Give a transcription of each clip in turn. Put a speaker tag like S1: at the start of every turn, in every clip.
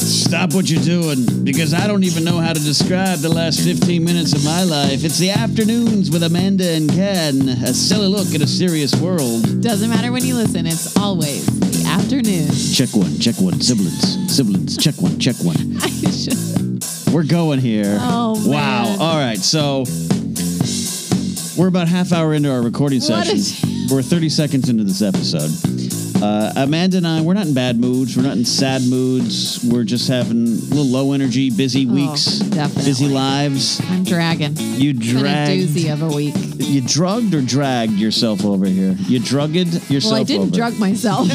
S1: Stop what you're doing because I don't even know how to describe the last 15 minutes of my life. It's the afternoons with Amanda and Ken, a silly look at a serious world.
S2: Doesn't matter when you listen, it's always the afternoon.
S1: Check one, check one, siblings, siblings, check one, check one.
S2: I should-
S1: We're going here.
S2: Oh,
S1: wow.
S2: man.
S1: All right, so we're about half hour into our recording
S2: What
S1: session.
S2: a-
S1: we're 30 seconds into this episode. Uh, Amanda and I, we're not in bad moods. We're not in sad moods. We're just having a little low energy, busy
S2: Oh,
S1: weeks,
S2: definitely.
S1: busy lives.
S2: I'm dragging.
S1: You
S2: It's been a
S1: dragged.
S2: doozy of a week.
S1: You drugged or dragged yourself over here. You drugged yourself.
S2: Well, I didn't
S1: over.
S2: drug myself.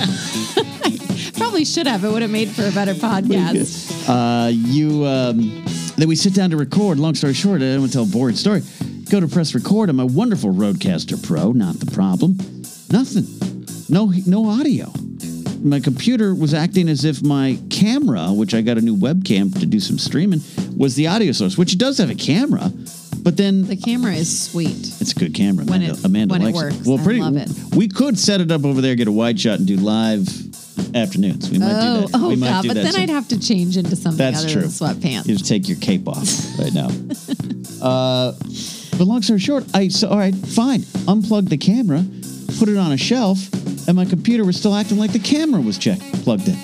S2: Probably should have. It would have made for a better podcast.
S1: Uh, you. Um, then we sit down to record. Long story short, I don't want to tell a boring story. Go to press record on my wonderful Roadcaster Pro. Not the problem. Nothing. No. No audio. My computer was acting as if my camera, which I got a new webcam to do some streaming, was the audio source, which it does have a camera, but then
S2: The camera is sweet.
S1: It's a good camera.
S2: When
S1: Amanda,
S2: it-
S1: Amanda
S2: when it
S1: likes
S2: works.
S1: Well,
S2: I
S1: pretty.
S2: love it.
S1: We could set it up over there, get a wide shot, and do live afternoons. We might
S2: Oh,
S1: do that.
S2: oh
S1: we might
S2: God.
S1: do
S2: But
S1: that
S2: then
S1: soon.
S2: I'd have to change into something
S1: That's
S2: other
S1: true.
S2: than sweatpants.
S1: You just take your cape off right now. uh, but long story short, I so all right, fine. Unplug the camera, put it on a shelf, and my computer was still acting like the camera was checked plugged in.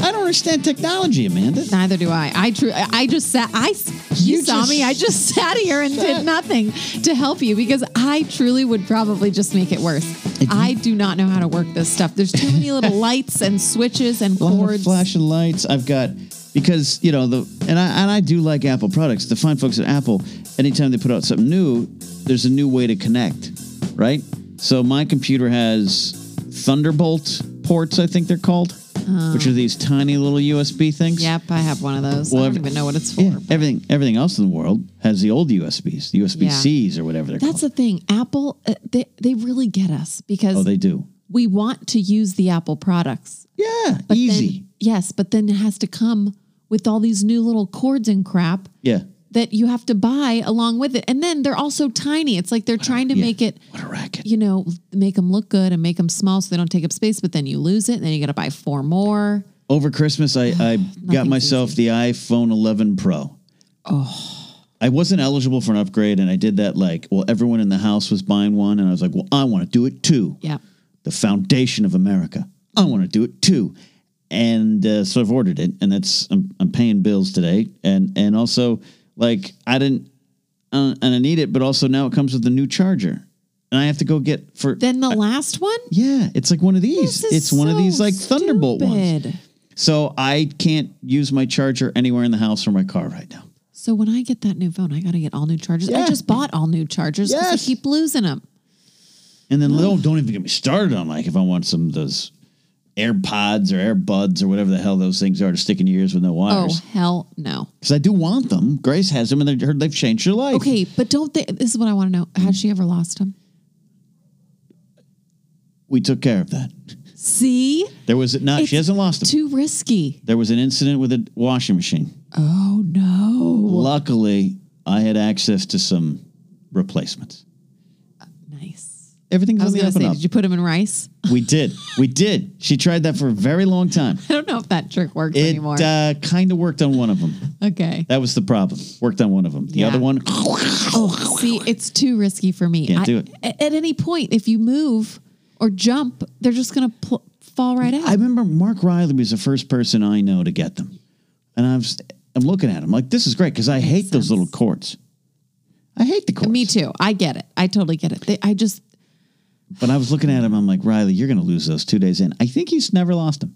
S1: I don't understand technology, Amanda.
S2: Neither do I. I tru- I just sat. I s- you,
S1: You
S2: saw
S1: just
S2: me. I just sat here and
S1: sat.
S2: did nothing to help you because I truly would probably just make it worse. I do not know how to work this stuff. There's too many little lights and switches and
S1: A lot of
S2: cords.
S1: flashing lights. I've got because you know the and I and I do like Apple products. The fine folks at Apple, anytime they put out something new, there's a new way to connect, right? So my computer has Thunderbolt ports, I think they're called, which are these tiny little USB things.
S2: Yep, Oh. I have one of those.
S1: Well,
S2: I don't
S1: every-
S2: even know what it's for.
S1: Yeah, everything everything else in the world has the old USBs, the USB Cs or whatever they're
S2: That's
S1: called.
S2: the thing. Apple, uh, they they really get us because
S1: oh, they do.
S2: we want to use the Apple products.
S1: Yeah,
S2: But
S1: easy.
S2: Then, yes, but then it has to come with all these new little cords and crap.
S1: yeah,
S2: that you have to buy along with it. And then they're also tiny. It's like they're trying to
S1: yeah.
S2: make it,
S1: what a racket.
S2: you know, make them look good and make them small so they don't take up space, but then you lose it and then you got to buy four more.
S1: over Christmas, I, I got
S2: Nothing's
S1: myself the iPhone 11 Pro. Oh.
S2: Oh.
S1: I wasn't eligible for an upgrade, and I did that like, well, everyone in the house was buying one, and I was like, well, I want to do it too.
S2: Yeah.
S1: The foundation of America. I want to do it too. And uh, so I've ordered it, and that's I'm, I'm paying bills today, and and also like I didn't, uh, and I need it, but also now it comes with a new charger, and I have to go get for
S2: Then the last one?
S1: yeah, it's like one of these.
S2: This is
S1: It's one of
S2: so
S1: these like Thunderbolt ones.
S2: stupid.
S1: So I can't use my charger anywhere in the house or my car right now.
S2: So when I get that new phone, I got to get all new chargers.
S1: Yeah.
S2: I just bought all new chargers 'cause
S1: Yes.
S2: I keep losing them.
S1: And then oh, don't even get me started on like if I want some of those AirPods or AirBuds or whatever the hell those things are to stick in your ears with no
S2: Oh,
S1: wires.
S2: hell no.
S1: Because I do want them. Grace has them, and they heard they've changed your life.
S2: Okay, but don't they? This is what I want to know. Has she ever lost them?
S1: we took care of that.
S2: See?
S1: There was not.
S2: It's
S1: she hasn't lost them.
S2: Too risky.
S1: there was an incident with a washing machine.
S2: Oh, no.
S1: Luckily, I had access to some replacements.
S2: Nice.
S1: Everything's
S2: I was
S1: on the
S2: going to
S1: up and
S2: say,
S1: up.
S2: did you put them in rice?
S1: we did. We did. She tried that for a very long time.
S2: I don't know if that trick works
S1: It
S2: anymore.
S1: uh, kind of worked on one of them.
S2: okay.
S1: That was the problem. Worked on one of them. The
S2: Yeah.
S1: other one,
S2: Oh, see, it's too risky for me.
S1: Can't
S2: I-
S1: do it.
S2: a- At any point, if you move or jump, they're just going to pl- fall right out.
S1: I remember Mark Riley was the first person I know to get them, and I'm I'm looking at him like this is great because I hate those
S2: sense.
S1: little cords. I hate the cords.
S2: me too. I get it. I totally get it. They, I just,
S1: But I was looking at him. I'm like Riley, you're going to lose those two days in. I think he's never lost them.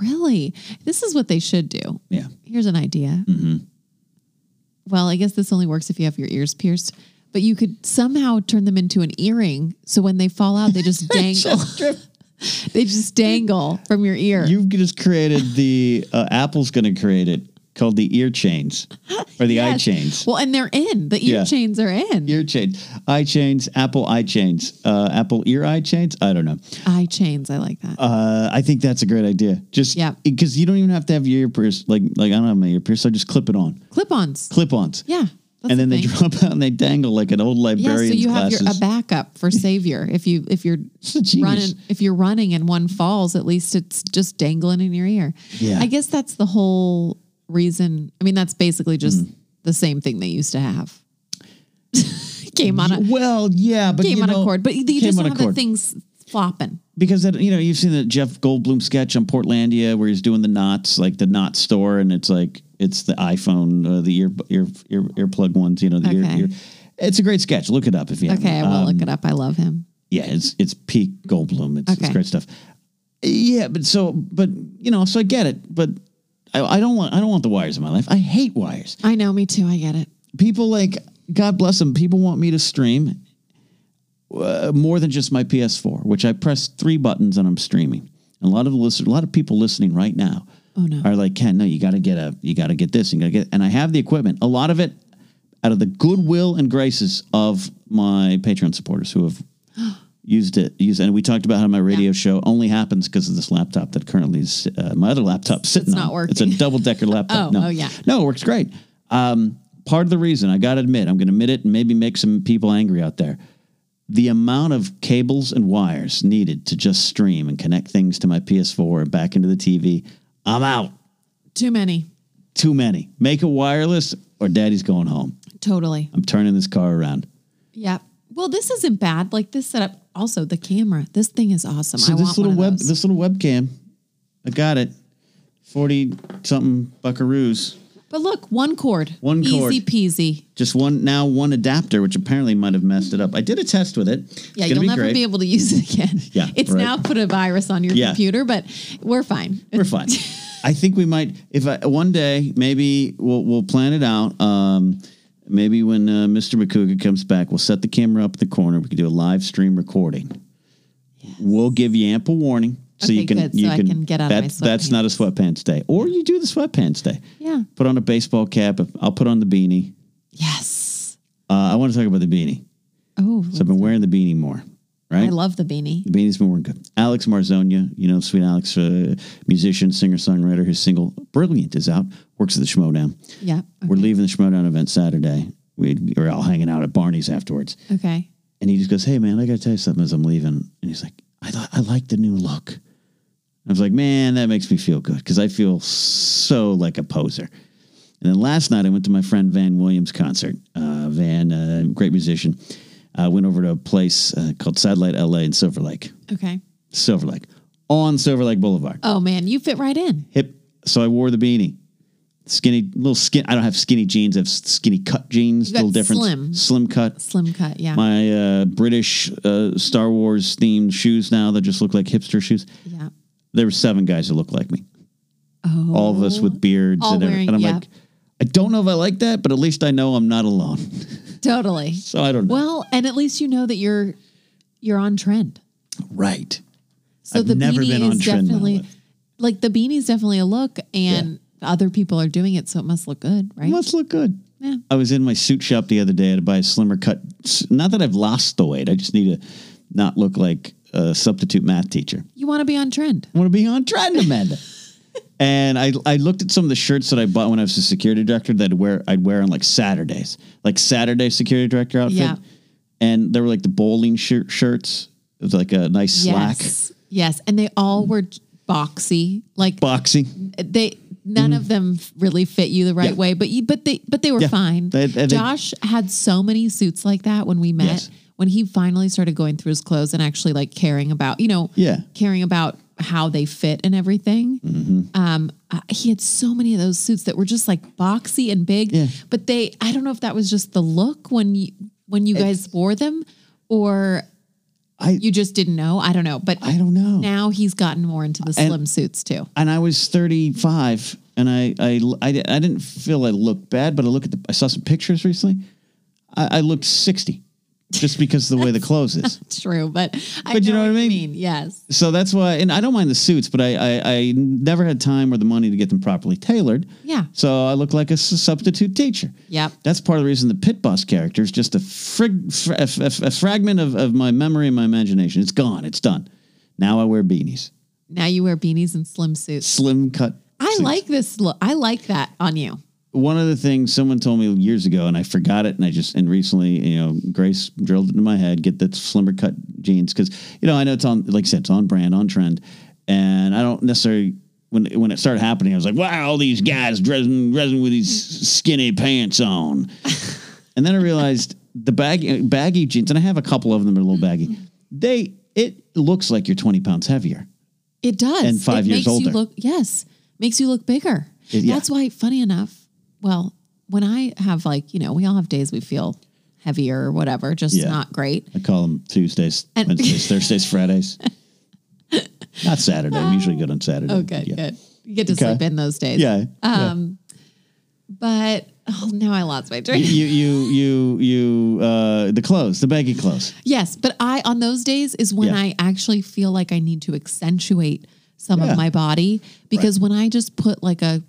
S2: really, this is what they should do.
S1: Yeah.
S2: Here's an idea.
S1: Mm-hmm.
S2: Well, I guess this only works if you have your ears pierced, but you could somehow turn them into an earring. So when they fall out, they just dangle. they just dangle from your ear.
S1: You've just created the uh, Apple's going to create it called the ear chains or the eye
S2: Yes.
S1: chains.
S2: Well, and they're in. The ear
S1: Yeah.
S2: chains are in.
S1: Ear chains, eye chains, Apple eye chains, uh, Apple ear eye chains. I don't know.
S2: Eye chains. I like that.
S1: Uh, I think that's a great idea. Just
S2: Yeah.
S1: because you don't even have to have your ear pierced. Like like I don't have my ear pierced. So I just clip it on,
S2: Clip-ons.
S1: clip-ons.
S2: Yeah. that's
S1: and then
S2: the
S1: they
S2: thing.
S1: drop out and they dangle like an old
S2: Yeah, so
S1: librarian's
S2: you have
S1: glasses.
S2: your, a backup for savior. If you if you're
S1: It's a genius.
S2: running if you're running and one falls, at least it's just dangling in your ear.
S1: Yeah.
S2: I guess that's the whole reason. I mean, that's basically just
S1: Mm.
S2: the same thing they used to have. came on a
S1: well, yeah, but
S2: came
S1: you
S2: on
S1: know,
S2: a chord, but you
S1: came
S2: just
S1: on
S2: don't
S1: a
S2: have the
S1: chord.
S2: things flopping.
S1: because that you know you've seen the Jeff Goldblum sketch on Portlandia where he's doing the knots, like the knot store, and it's like it's the iPhone, uh, the ear ear ear earplug ones, you know, the
S2: Okay.
S1: ear, ear. It's a great sketch. Look it up if you.
S2: Okay, I
S1: haven't.
S2: will
S1: Um,
S2: look it up. I love him.
S1: yeah, it's it's peak Goldblum. It's, it's
S2: Okay.
S1: great stuff. Yeah, but so but you know, so I get it, but I, I don't want I don't want the wires in my life. I hate wires.
S2: I know, me too. I get it.
S1: People like God bless them. People want me to stream uh, more than just my PS4, which I press three buttons and I'm streaming. And a lot of the listen, a lot of people listening right now
S2: Oh, no.
S1: are like, Ken, no, you got to get a, you got to get this, you got to get, and I have the equipment. A lot of it out of the goodwill and graces of my Patreon supporters who have used it. Used, and we talked about how my radio
S2: Yeah.
S1: show only happens because of this laptop that currently is uh, my other laptop sitting
S2: not
S1: on.
S2: working.
S1: It's a double decker laptop.
S2: Oh,
S1: no.
S2: oh, yeah.
S1: No, it works great. Um, part of the reason I got to admit, I'm going to admit it and maybe make some people angry out there. The amount of cables and wires needed to just stream and connect things to my PS4 or back into the TV, I'm out.
S2: Too many.
S1: Too many. Make it wireless or daddy's going home.
S2: Totally.
S1: I'm turning this car around.
S2: Yeah. Well, this isn't bad. Like this setup. Also, the camera. This thing is awesome.
S1: So
S2: I
S1: this
S2: want
S1: little
S2: one
S1: web,
S2: of those.
S1: this little webcam, I got it. Forty something buckaroos.
S2: But look, one cord.
S1: One cord.
S2: Easy peasy.
S1: Just one now, one adapter, which apparently might have messed it up. I did a test with it. It's
S2: Yeah,
S1: gonna
S2: you'll
S1: be
S2: never
S1: great.
S2: be able to use it again.
S1: Yeah,
S2: It's
S1: right.
S2: now put a virus on your
S1: Yeah.
S2: computer, but we're fine.
S1: We're fine. I think we might. If I, one day, maybe we'll we'll plan it out. Um, maybe when uh, Mr. McCougar comes back, we'll set the camera up in the corner. We can do a live stream recording. We'll give you ample warning so you
S2: Okay,
S1: can
S2: good, so
S1: you
S2: I
S1: can,
S2: can get out of my
S1: that's- That's not a sweatpants day, or you do the sweatpants day.
S2: Yeah.
S1: Put on a baseball cap. I'll put on the beanie.
S2: Yes.
S1: Uh, I want to talk about the beanie.
S2: Oh,
S1: So I've been wearing the beanie more. Right.
S2: I love the beanie.
S1: The Beanie's been working good. Alex Marzonia, you know, sweet Alex, uh, musician, singer, songwriter. His single "Brilliant" is out. Works at the Schmodown.
S2: Yeah.
S1: We're leaving the Schmodown event Saturday. We are all hanging out at Barney's afterwards,
S2: Okay.
S1: and he just goes, "Hey, man, I got to tell you something." As I'm leaving, and he's like, "I thought I like the new look." I was like, "Man, that makes me feel good because I feel so like a poser." And then last night, I went to my friend Van Williams' concert. Uh, Van, uh, great musician, uh, went over to a place uh, called Satellite LA in Silver Lake.
S2: Okay.
S1: Silver Lake on Silver Lake Boulevard.
S2: Oh man, you fit right in.
S1: Hip. So I wore the beanie. Skinny, little skin. I don't have skinny jeans. I have s- skinny cut jeans.
S2: You got
S1: little difference.
S2: slim.
S1: Slim cut.
S2: Slim cut. Yeah.
S1: My uh, British uh, Star Wars themed shoes now that just look like hipster shoes.
S2: yeah.
S1: There were seven guys that looked like me.
S2: Oh.
S1: All of us with beards
S2: All
S1: and everything.
S2: wearing-
S1: And I'm
S2: yeah.
S1: like, I don't know if I like that, but at least I know I'm not alone.
S2: Totally.
S1: So I don't know.
S2: Well, and at least you know that you're you're on trend.
S1: right.
S2: So
S1: I've
S2: the
S1: never
S2: beanie
S1: been on
S2: is
S1: trend in my
S2: definitely
S1: life.
S2: like the beanie's definitely a look and other people are doing it so it must look good, right?
S1: Must look good.
S2: Yeah.
S1: I was in my suit shop the other day. I had to buy a slimmer cut. Not that I've lost the weight. I just need to not look like a substitute math teacher.
S2: You want to be on trend.
S1: I want to be on trend, Amanda. and I, I looked at some of the shirts that I bought when I was a security director that I'd wear, I'd wear on like Saturdays, like Saturday security director outfit.
S2: Yeah.
S1: And they were like the bowling shirt shirts. It was like a nice slack
S2: Yes. Yes, and they all were boxy. Like
S1: boxing.
S2: they none of them really fit you the right
S1: Mm. Yeah.
S2: way but you but they but they were
S1: Yeah.
S2: fine
S1: They- they- they-
S2: josh had so many suits like that when we met
S1: Yes.
S2: when he finally started going through his clothes and actually like caring about you know
S1: Yeah. Mm-hmm.
S2: caring about how they fit and everything um uh, he had so many of those suits that were just like boxy and big
S1: Yeah.
S2: but they i don't know if that was just the look when you when you guys wore them or
S1: I-
S2: you just didn't know i don't know but
S1: I don't know.
S2: now he's gotten more into the slim suits too
S1: and I was 35 and I, I, I, di- I didn't feel I looked bad, but I look at the, I saw some pictures recently. I, I looked 60 just because of the way the clothes is.
S2: true, but I
S1: But you know what I
S2: you
S1: mean?
S2: Yes,
S1: So that's why, and I don't mind the suits, but I, I, I never had time or the money to get them properly tailored.
S2: Yeah.
S1: So I look like a s- substitute teacher.
S2: Yep.
S1: That's part of the reason the pit boss character is just a, frig, fr- a, f- a fragment of, of my memory and my imagination. It's gone. It's done. Now I wear beanies,
S2: now you wear beanies and slim suits.
S1: slim cut.
S2: I
S1: suits.
S2: like this look. I like that on you.
S1: one of the things someone told me years ago, and I forgot it, and I just and recently, you know, Grace drilled it into my head: get that slimmer cut jeans because you know I know it's on, like I said, it's on brand, on trend, and I don't necessarily when when it started happening, I was like, "Wow, all these guys dressing dressing with these skinny pants on," and then I realized the baggy baggy jeans, and I have a couple of them that are a little baggy. They it looks like you're 20 pounds heavier.
S2: It does.
S1: And five
S2: it
S1: years
S2: makes
S1: older.
S2: You look, yes, makes you look bigger.
S1: It- yeah.
S2: That's why, funny enough, well, when I have like you know, we all have days we feel heavier or whatever, just
S1: Yeah.
S2: not great.
S1: I call them Tuesdays,
S2: And-
S1: Wednesdays, Thursdays, Fridays. Not Saturday. I'm usually good on Saturday.
S2: Oh, good,
S1: yeah.
S2: good. Um, You get to
S1: Okay.
S2: sleep in those days.
S1: Yeah. yeah.
S2: But oh, now I lost my train.
S1: you you you you uh the clothes, the baggy clothes.
S2: Yes, but I on those days is when
S1: Yeah.
S2: I actually feel like I need to accentuate some
S1: Yeah.
S2: of my body because when I just put like a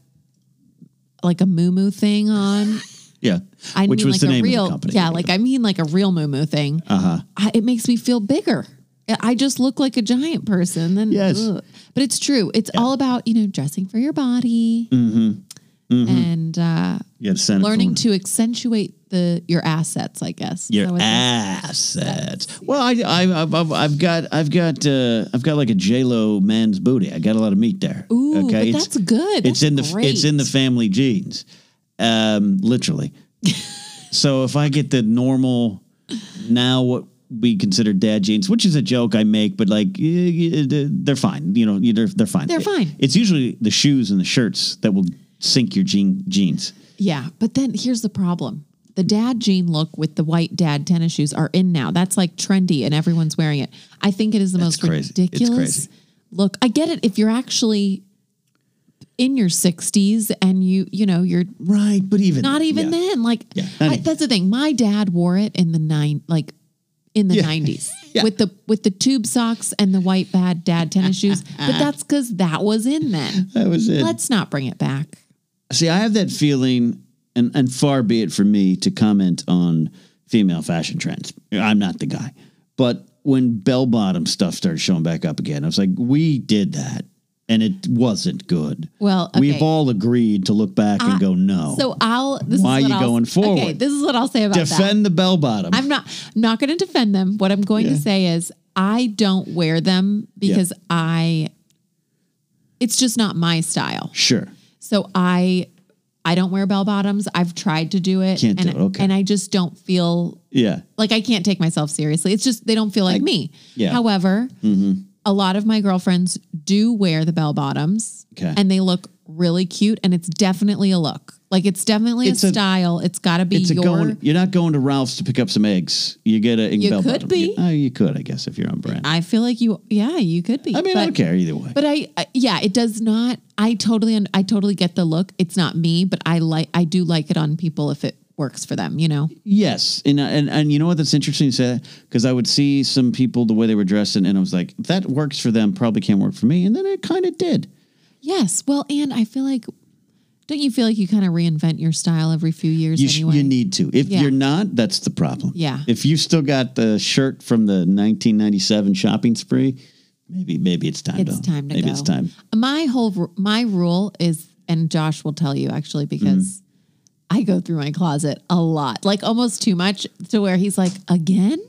S2: like a moo thing on,
S1: Yeah.
S2: I
S1: Which
S2: mean
S1: was
S2: like
S1: the
S2: a
S1: name
S2: real
S1: of the company.
S2: yeah, like I mean like a real moo thing. Uh-huh. I, it makes me feel bigger. I- I just look like a giant person. Then
S1: Yes.
S2: ugh. but it's true. It's all about you know dressing for your body
S1: Mm-hmm.
S2: and uh,
S1: you gotta send it
S2: learning
S1: from-
S2: to accentuate the your assets. I guess
S1: your
S2: So it's-
S1: assets. Well, I, I, I've, I've- I've got, I've got, uh, I've got like a J Lo man's booty. I got a lot of meat there.
S2: Ooh, but that's good.
S1: It's
S2: That's
S1: in the, it's in the
S2: great.
S1: family genes, um, literally. so if I get the normal, now what we consider dad genes, which is a joke I make, but like eh, eh, they're fine. You know, they're they're fine.
S2: They're fine.
S1: It's usually the shoes and the shirts that will sink your gene genes.
S2: Yeah, but then here's the problem. The dad jean look with the white dad tennis shoes are in now. That's like trendy and everyone's wearing it. I think it is the most
S1: crazy. It's
S2: ridiculous
S1: crazy.
S2: look. I get it if you're actually in your 60s and you, you know, you're
S1: Right, but even
S2: not even
S1: yeah.
S2: then like
S1: Yeah, not
S2: I,
S1: even.
S2: that's the thing. My dad wore it in the nine like in the 90s
S1: Yeah.
S2: with the with the tube socks and the white bad dad tennis shoes, but
S1: Uh-huh.
S2: that's cuz that was in then.
S1: That was it.
S2: Let's not bring it back.
S1: See, I have that feeling, and, and far be it for me to comment on female fashion trends. I'm not the guy. But when bell bottom stuff started showing back up again, I was like, we did that, and it wasn't good.
S2: Well,
S1: we've
S2: okay.
S1: all agreed to look back and go, no.
S2: So I'll. This
S1: Why are
S2: is what
S1: you
S2: I'll,
S1: going forward?
S2: Okay, this is what I'll say about that.
S1: Defend the bell bottom.
S2: I'm not not going to defend them. What I'm going
S1: Yeah.
S2: to say is I don't wear them because I. It's just not my style.
S1: Sure.
S2: So I, I don't wear bell bottoms. I've tried to do it,
S1: Can't do
S2: and
S1: it, okay.
S2: and I just don't feel
S1: Yeah.
S2: like I can't take myself seriously. It's just they don't feel like me.
S1: yeah. Mm-hmm.
S2: However, a lot of my girlfriends do wear the bell bottoms,
S1: Okay.
S2: and they look really cute. And it's definitely a look. Like it's definitely
S1: It's
S2: a,
S1: a-
S2: style. It's got to be
S1: It's a
S2: your.
S1: going, you're not going to Ralph's to pick up some eggs. You get a in
S2: You
S1: bell
S2: could
S1: bottom.
S2: be.
S1: You, oh, you could, I guess, if you're on brand. I,
S2: I feel like you. Yeah, you could be.
S1: mean, I don't care either way.
S2: But I, I, yeah, it does not. I totally, un- I totally get the look. It's not me, but I like, I do like it on people if it works for them. You know.
S1: Yes, and uh, and and you know what? That's interesting to say that because I would see some people the way they were dressed, and, and I was like, that works for them, probably can't work for me, and then it kind of did.
S2: Yes. Well, and I feel like, don't you feel like you kind of reinvent your style every few years
S1: You sh-
S2: anyway?
S1: you need to. If
S2: Yeah.
S1: you're not, that's the problem.
S2: Yeah.
S1: If you still got the shirt from the 1997 shopping spree, maybe maybe it's time.
S2: It's
S1: to,
S2: time to
S1: maybe
S2: go.
S1: it's time.
S2: My whole ru- my rule is, and Josh will tell you actually
S1: Mm-hmm.
S2: because I go through my closet a lot, like almost too much, to where he's like, again,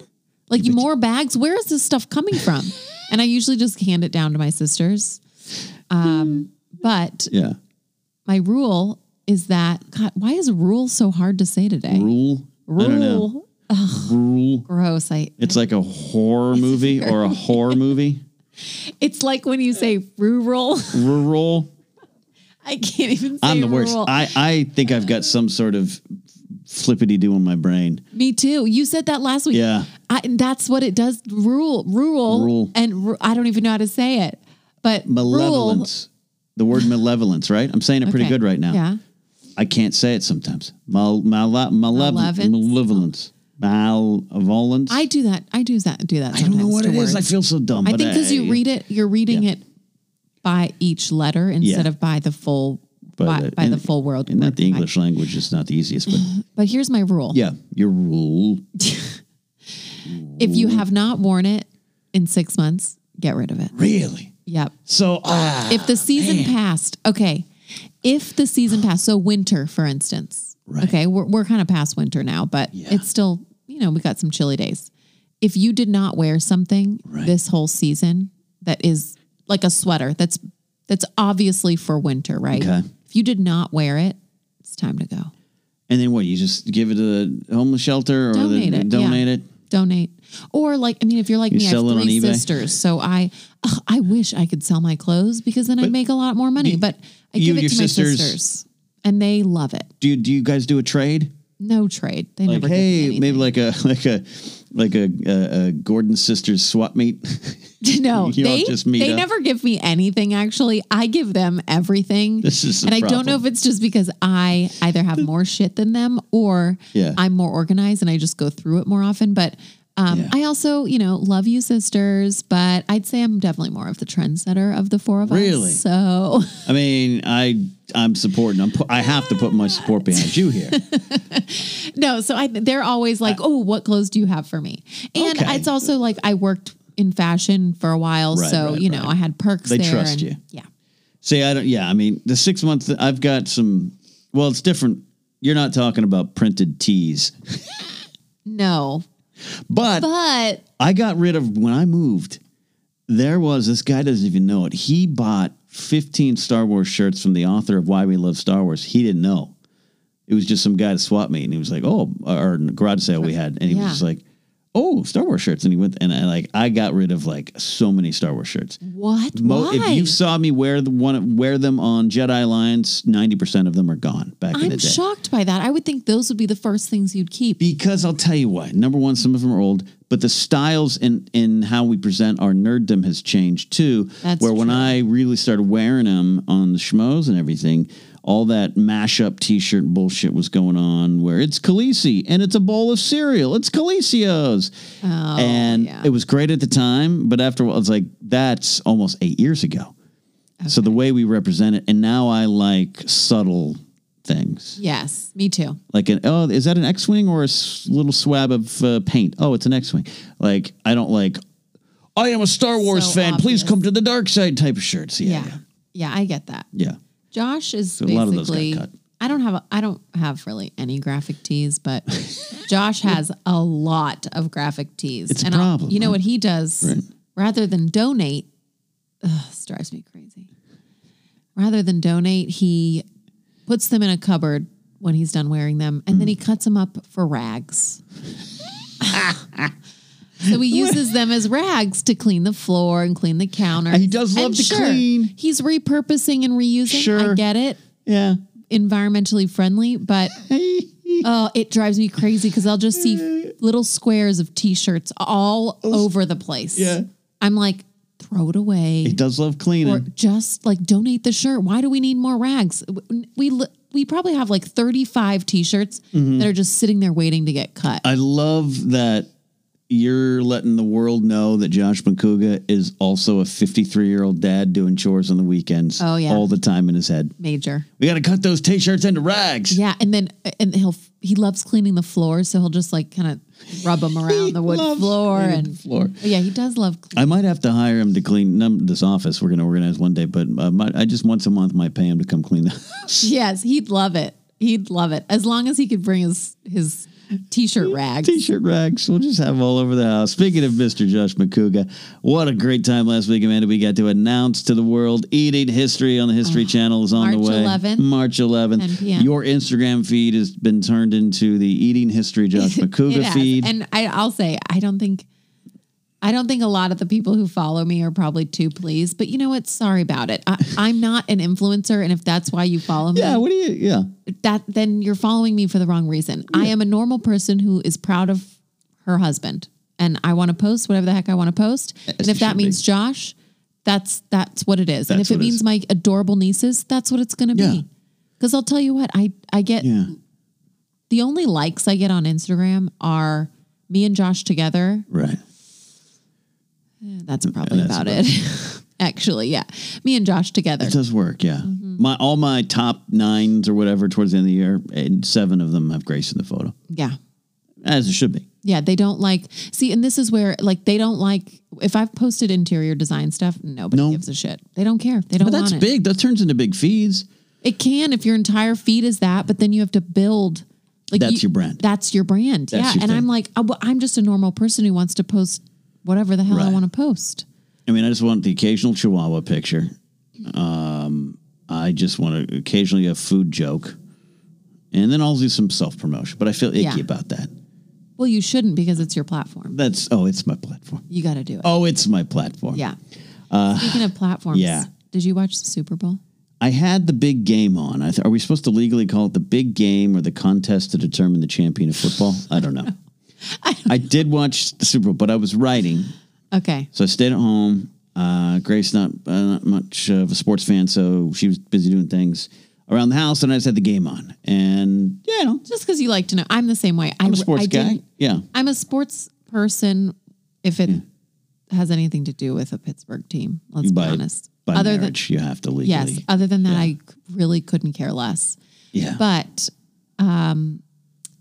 S2: like more bags. Where is this stuff coming from? and I usually just hand it down to my sisters.
S1: Hmm.
S2: Um, but
S1: Yeah.
S2: my rule is that God, why is rule so hard to say today?
S1: Rule. I don't know.
S2: Rule,
S1: Rule.
S2: gross. I
S1: It's like a horror movie or a horror movie.
S2: it's like when you say rural,
S1: Rural.
S2: I can't even. Say
S1: I'm the worst.
S2: rural.
S1: I, I think I've got some sort of flippity do in my brain.
S2: Me too. You said that last week.
S1: Yeah.
S2: I, and that's what it does. Rule, rule,
S1: Rule.
S2: and ru- I don't even know how to say it. But
S1: malevolence. The word malevolence, right? I'm saying it
S2: rule,
S1: pretty
S2: Okay.
S1: good right now.
S2: Yeah,
S1: I can't say it sometimes. Mal, male, malevolence.
S2: Malevolence?
S1: Malevolence. Malevolence.
S2: I do that. I do that. Do that.
S1: I don't know what it
S2: it
S1: is.
S2: is.
S1: I feel so dumb.
S2: I
S1: but
S2: think because you read it, you're reading
S1: Yeah.
S2: it by each letter instead
S1: Yeah.
S2: of by the full by, by,
S1: the-
S2: the
S1: and-
S2: full world.
S1: And not the
S2: word.
S1: English language is not the easiest, but
S2: But here's my rule.
S1: yeah, your rule.
S2: If you have not worn it in six months, get rid of it.
S1: Really?
S2: Yep.
S1: So, ah,
S2: if the season passed, okay. If the season passed, so winter, for instance,
S1: Right.
S2: okay, we're, we're kind of past winter now, but
S1: Yeah.
S2: it's still, you know, we got some chilly days. If you did not wear something
S1: Right.
S2: this whole season that is like a sweater that's That's obviously for winter, right?
S1: Okay.
S2: If you did not wear it, it's time to go.
S1: And then what? You just give it to the homeless shelter or
S2: Donate
S1: the,
S2: it.
S1: donate
S2: yeah.
S1: it.
S2: Donate. Or like, I mean, if you're like
S1: You
S2: me, I have
S1: sell it on
S2: three
S1: eBay?
S2: sisters. So I, ugh, I wish I could sell my clothes because then I'd make a lot more money. but I
S1: you
S2: give
S1: and
S2: it
S1: your
S2: to my
S1: sisters-
S2: sisters. and they love it.
S1: Do you, do you guys do a trade?
S2: No trade. They
S1: Like
S2: never.
S1: hey,
S2: give me
S1: maybe like a like a like a, a, a Gordon sisters swap meet.
S2: anything. no,
S1: you all
S2: they
S1: just meet
S2: they
S1: up.
S2: never give me anything. Actually, I give them everything.
S1: This is the
S2: and I don't know
S1: problem.
S2: if it's just because I either have more shit than them or
S1: Yeah.
S2: I'm more organized and I just go through it more often. But um,
S1: Yeah.
S2: I also, you know, love you sisters, but I'd say I'm definitely more of the trendsetter of the four of
S1: Really?
S2: us. So
S1: I mean, I I'm supporting. I'm pu- I have to put my support behind you here.
S2: no, so I they're always like, oh, what clothes do you have for me? And
S1: Uh, Okay.
S2: it's also like I worked in fashion for a while,
S1: Right,
S2: so
S1: right,
S2: you know
S1: right.
S2: I had perks.
S1: They
S2: there
S1: trust
S2: and-
S1: you.
S2: yeah.
S1: See, I don't. Yeah, I mean, the six month. I've got some. Well, it's different. You're not talking about printed tees,
S2: No,
S1: but
S2: but
S1: I got rid of when I moved. There was this guy doesn't even know it. He bought 15 Star Wars shirts from the author of Why We Love Star Wars. He didn't know. It was just some guy to swap me, and he was like, "Oh, or garage sale we had," and he
S2: Yeah.
S1: was just like, "Oh, Star Wars shirts," and he went and I like I got rid of like so many Star Wars shirts.
S2: what?
S1: Mo-
S2: Why?
S1: if you saw me wear the one wear them on Jedi lines, ninety percent of them are gone back in the
S2: I'm
S1: day.
S2: shocked by that. I would think those would be the first things you'd keep.
S1: Because I'll tell you what, number one, some of them are old, but the styles in in how we present our nerddom has changed too.
S2: That's
S1: where when
S2: true.
S1: I really started wearing them on the schmoes and everything, all that mashup T-shirt bullshit was going on. Where it's Khaleesi and it's a bowl of cereal. It's Khaleesios, and
S2: Oh, yeah.
S1: it was great at the time. But after a while, it's like that's almost eight years ago. So the way we represent it, and now I like subtle things
S2: Yes, me too.
S1: like an oh is that an x-wing or a s- little swab of uh, paint oh it's an x-wing like i don't like i am a star wars
S2: So
S1: fan please
S2: obvious.
S1: come to the dark side type of shirts yeah
S2: Yeah.
S1: yeah,
S2: yeah. I get that.
S1: yeah.
S2: Josh is
S1: a
S2: basically
S1: lot of those got cut.
S2: I don't have a, I don't have really any graphic tees, but Josh has a lot of graphic tees.
S1: It's a
S2: and I'll-
S1: problem,
S2: you know
S1: right?
S2: what he does
S1: Right.
S2: rather than donate? Ugh, this drives me crazy. Rather than donate, he puts them in a cupboard when he's done wearing them, and then
S1: Hmm.
S2: he cuts them up for rags. so he uses them as rags to clean the floor and clean the counter.
S1: He does love to clean.
S2: He's repurposing and reusing.
S1: Sure.
S2: I get it.
S1: yeah
S2: Environmentally friendly, but oh, it drives me crazy because I'll just see little squares of t-shirts all over the place.
S1: Oh, Yeah.
S2: I'm like, throw it
S1: he
S2: away
S1: does love
S2: or
S1: cleaning
S2: just like donate the shirt. Why do we need more rags? We we, we probably have like 35 t-shirts
S1: Mm-hmm.
S2: that are just sitting there waiting to get cut.
S1: i love that you're letting the world know that Josh Mancuga is also a 53 year old dad doing chores on the weekends.
S2: Oh, yeah.
S1: All the time in his head.
S2: Major.
S1: We got to cut those t shirts into rags.
S2: Yeah, and then and he'll he loves cleaning the floor, so he'll just like kind of rub them around the wood
S1: loves
S2: floor
S1: cleaning
S2: and
S1: the floor.
S2: Yeah, he does love. Clean.
S1: I might have to hire him to clean um, this office. We're going to organize one day, but I, might, I just once a month might pay him to come clean the
S2: Yes, he'd love it. He'd love it as long as he could bring his his t-shirt rags.
S1: t-shirt rags. We'll just have them all over the house. Speaking of Mr. Josh McCouga, what a great time last week, Amanda. We got to announce to the world Eating History on the History Channel is on the
S2: March
S1: way.
S2: 11th.
S1: March 11th.
S2: 10 p.m..
S1: Your Instagram feed has been turned into the Eating History Josh
S2: It
S1: McCouga
S2: has.
S1: feed.
S2: And I, I'll say, I don't think, I don't think a lot of the people who follow me are probably too pleased. But you know what? Sorry about it. I, I'm not an influencer, and if that's why you follow me,
S1: yeah, what do you? Yeah.
S2: that then you're following me for the wrong reason. I am a normal person who is proud of her husband, and I want to post whatever the heck I want to post. and
S1: you
S2: if that
S1: should be.
S2: means Josh, that's that's what it is. and
S1: That's
S2: if it
S1: what it
S2: means
S1: is.
S2: my adorable nieces, that's what it's going to
S1: Yeah.
S2: be. Because I'll tell you what, I I get
S1: Yeah.
S2: the only likes I get on Instagram are me and Josh together.
S1: Right.
S2: That's probably
S1: that's
S2: about, it. Actually, yeah, me and Josh together.
S1: It does work, yeah.
S2: Mm-hmm.
S1: My all my top nines or whatever towards the end of the year, and seven of them have Grace in the photo,
S2: yeah.
S1: as it should be.
S2: Yeah, they don't like see, and this is where like they don't like if I've posted interior design stuff, nobody
S1: No.
S2: gives a shit. They don't care. They don't
S1: But that's
S2: want it.
S1: big. That turns into big fees.
S2: It can if your entire feed is that, but then you have to build. Like
S1: That's
S2: you-
S1: your brand.
S2: That's your brand.
S1: That's
S2: yeah,
S1: your
S2: and
S1: thing.
S2: I'm like, I, am just a normal person who wants to post whatever the hell I
S1: Right.
S2: want to post.
S1: I mean, I just want the occasional Chihuahua picture. Uh, I just want to occasionally a food joke, and then I'll do some self promotion. But I feel icky
S2: Yeah.
S1: about that.
S2: Well, you shouldn't because it's your platform.
S1: That's oh, it's my platform.
S2: You got to do it.
S1: Oh, it's my platform.
S2: Yeah. Speaking of platforms,
S1: yeah.
S2: did you watch the Super Bowl?
S1: I had the big game on. I th- are we supposed to legally call it the big game or the contest to determine the champion of football? I don't know. I did watch the Super Bowl, but I was writing,
S2: Okay.
S1: so I stayed at home. Uh, Grace not uh, not much of a sports fan, so she was busy doing things around the house, and I just had the game on. And yeah, you know,
S2: Just because you like to know, I'm the same way.
S1: I'm a sports guy. Yeah,
S2: I'm a sports person. If it has anything to do with a Pittsburgh team, let's
S1: by
S2: be honest.
S1: by
S2: other
S1: marriage, you have to legally.
S2: than yes, other than that, I c- really couldn't care less.
S1: yeah,
S2: But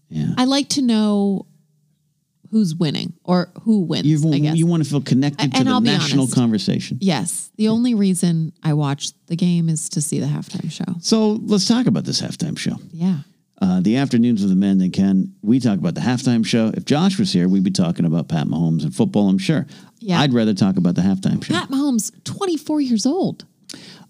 S1: yeah.
S2: I like to know who's winning or who wins.
S1: you
S2: I guess
S1: you want to feel connected to
S2: And
S1: the
S2: I'll be
S1: national
S2: honest.
S1: conversation.
S2: yes. The only reason I watched the game is to see the halftime show.
S1: So let's talk about this halftime show.
S2: Yeah.
S1: Uh, the afternoons with the men and Ken, we talk about the halftime show. If Josh was here, we'd be talking about Pat Mahomes and football, I'm sure.
S2: Yeah.
S1: I'd rather talk about the halftime show.
S2: Pat Mahomes, 24 years old.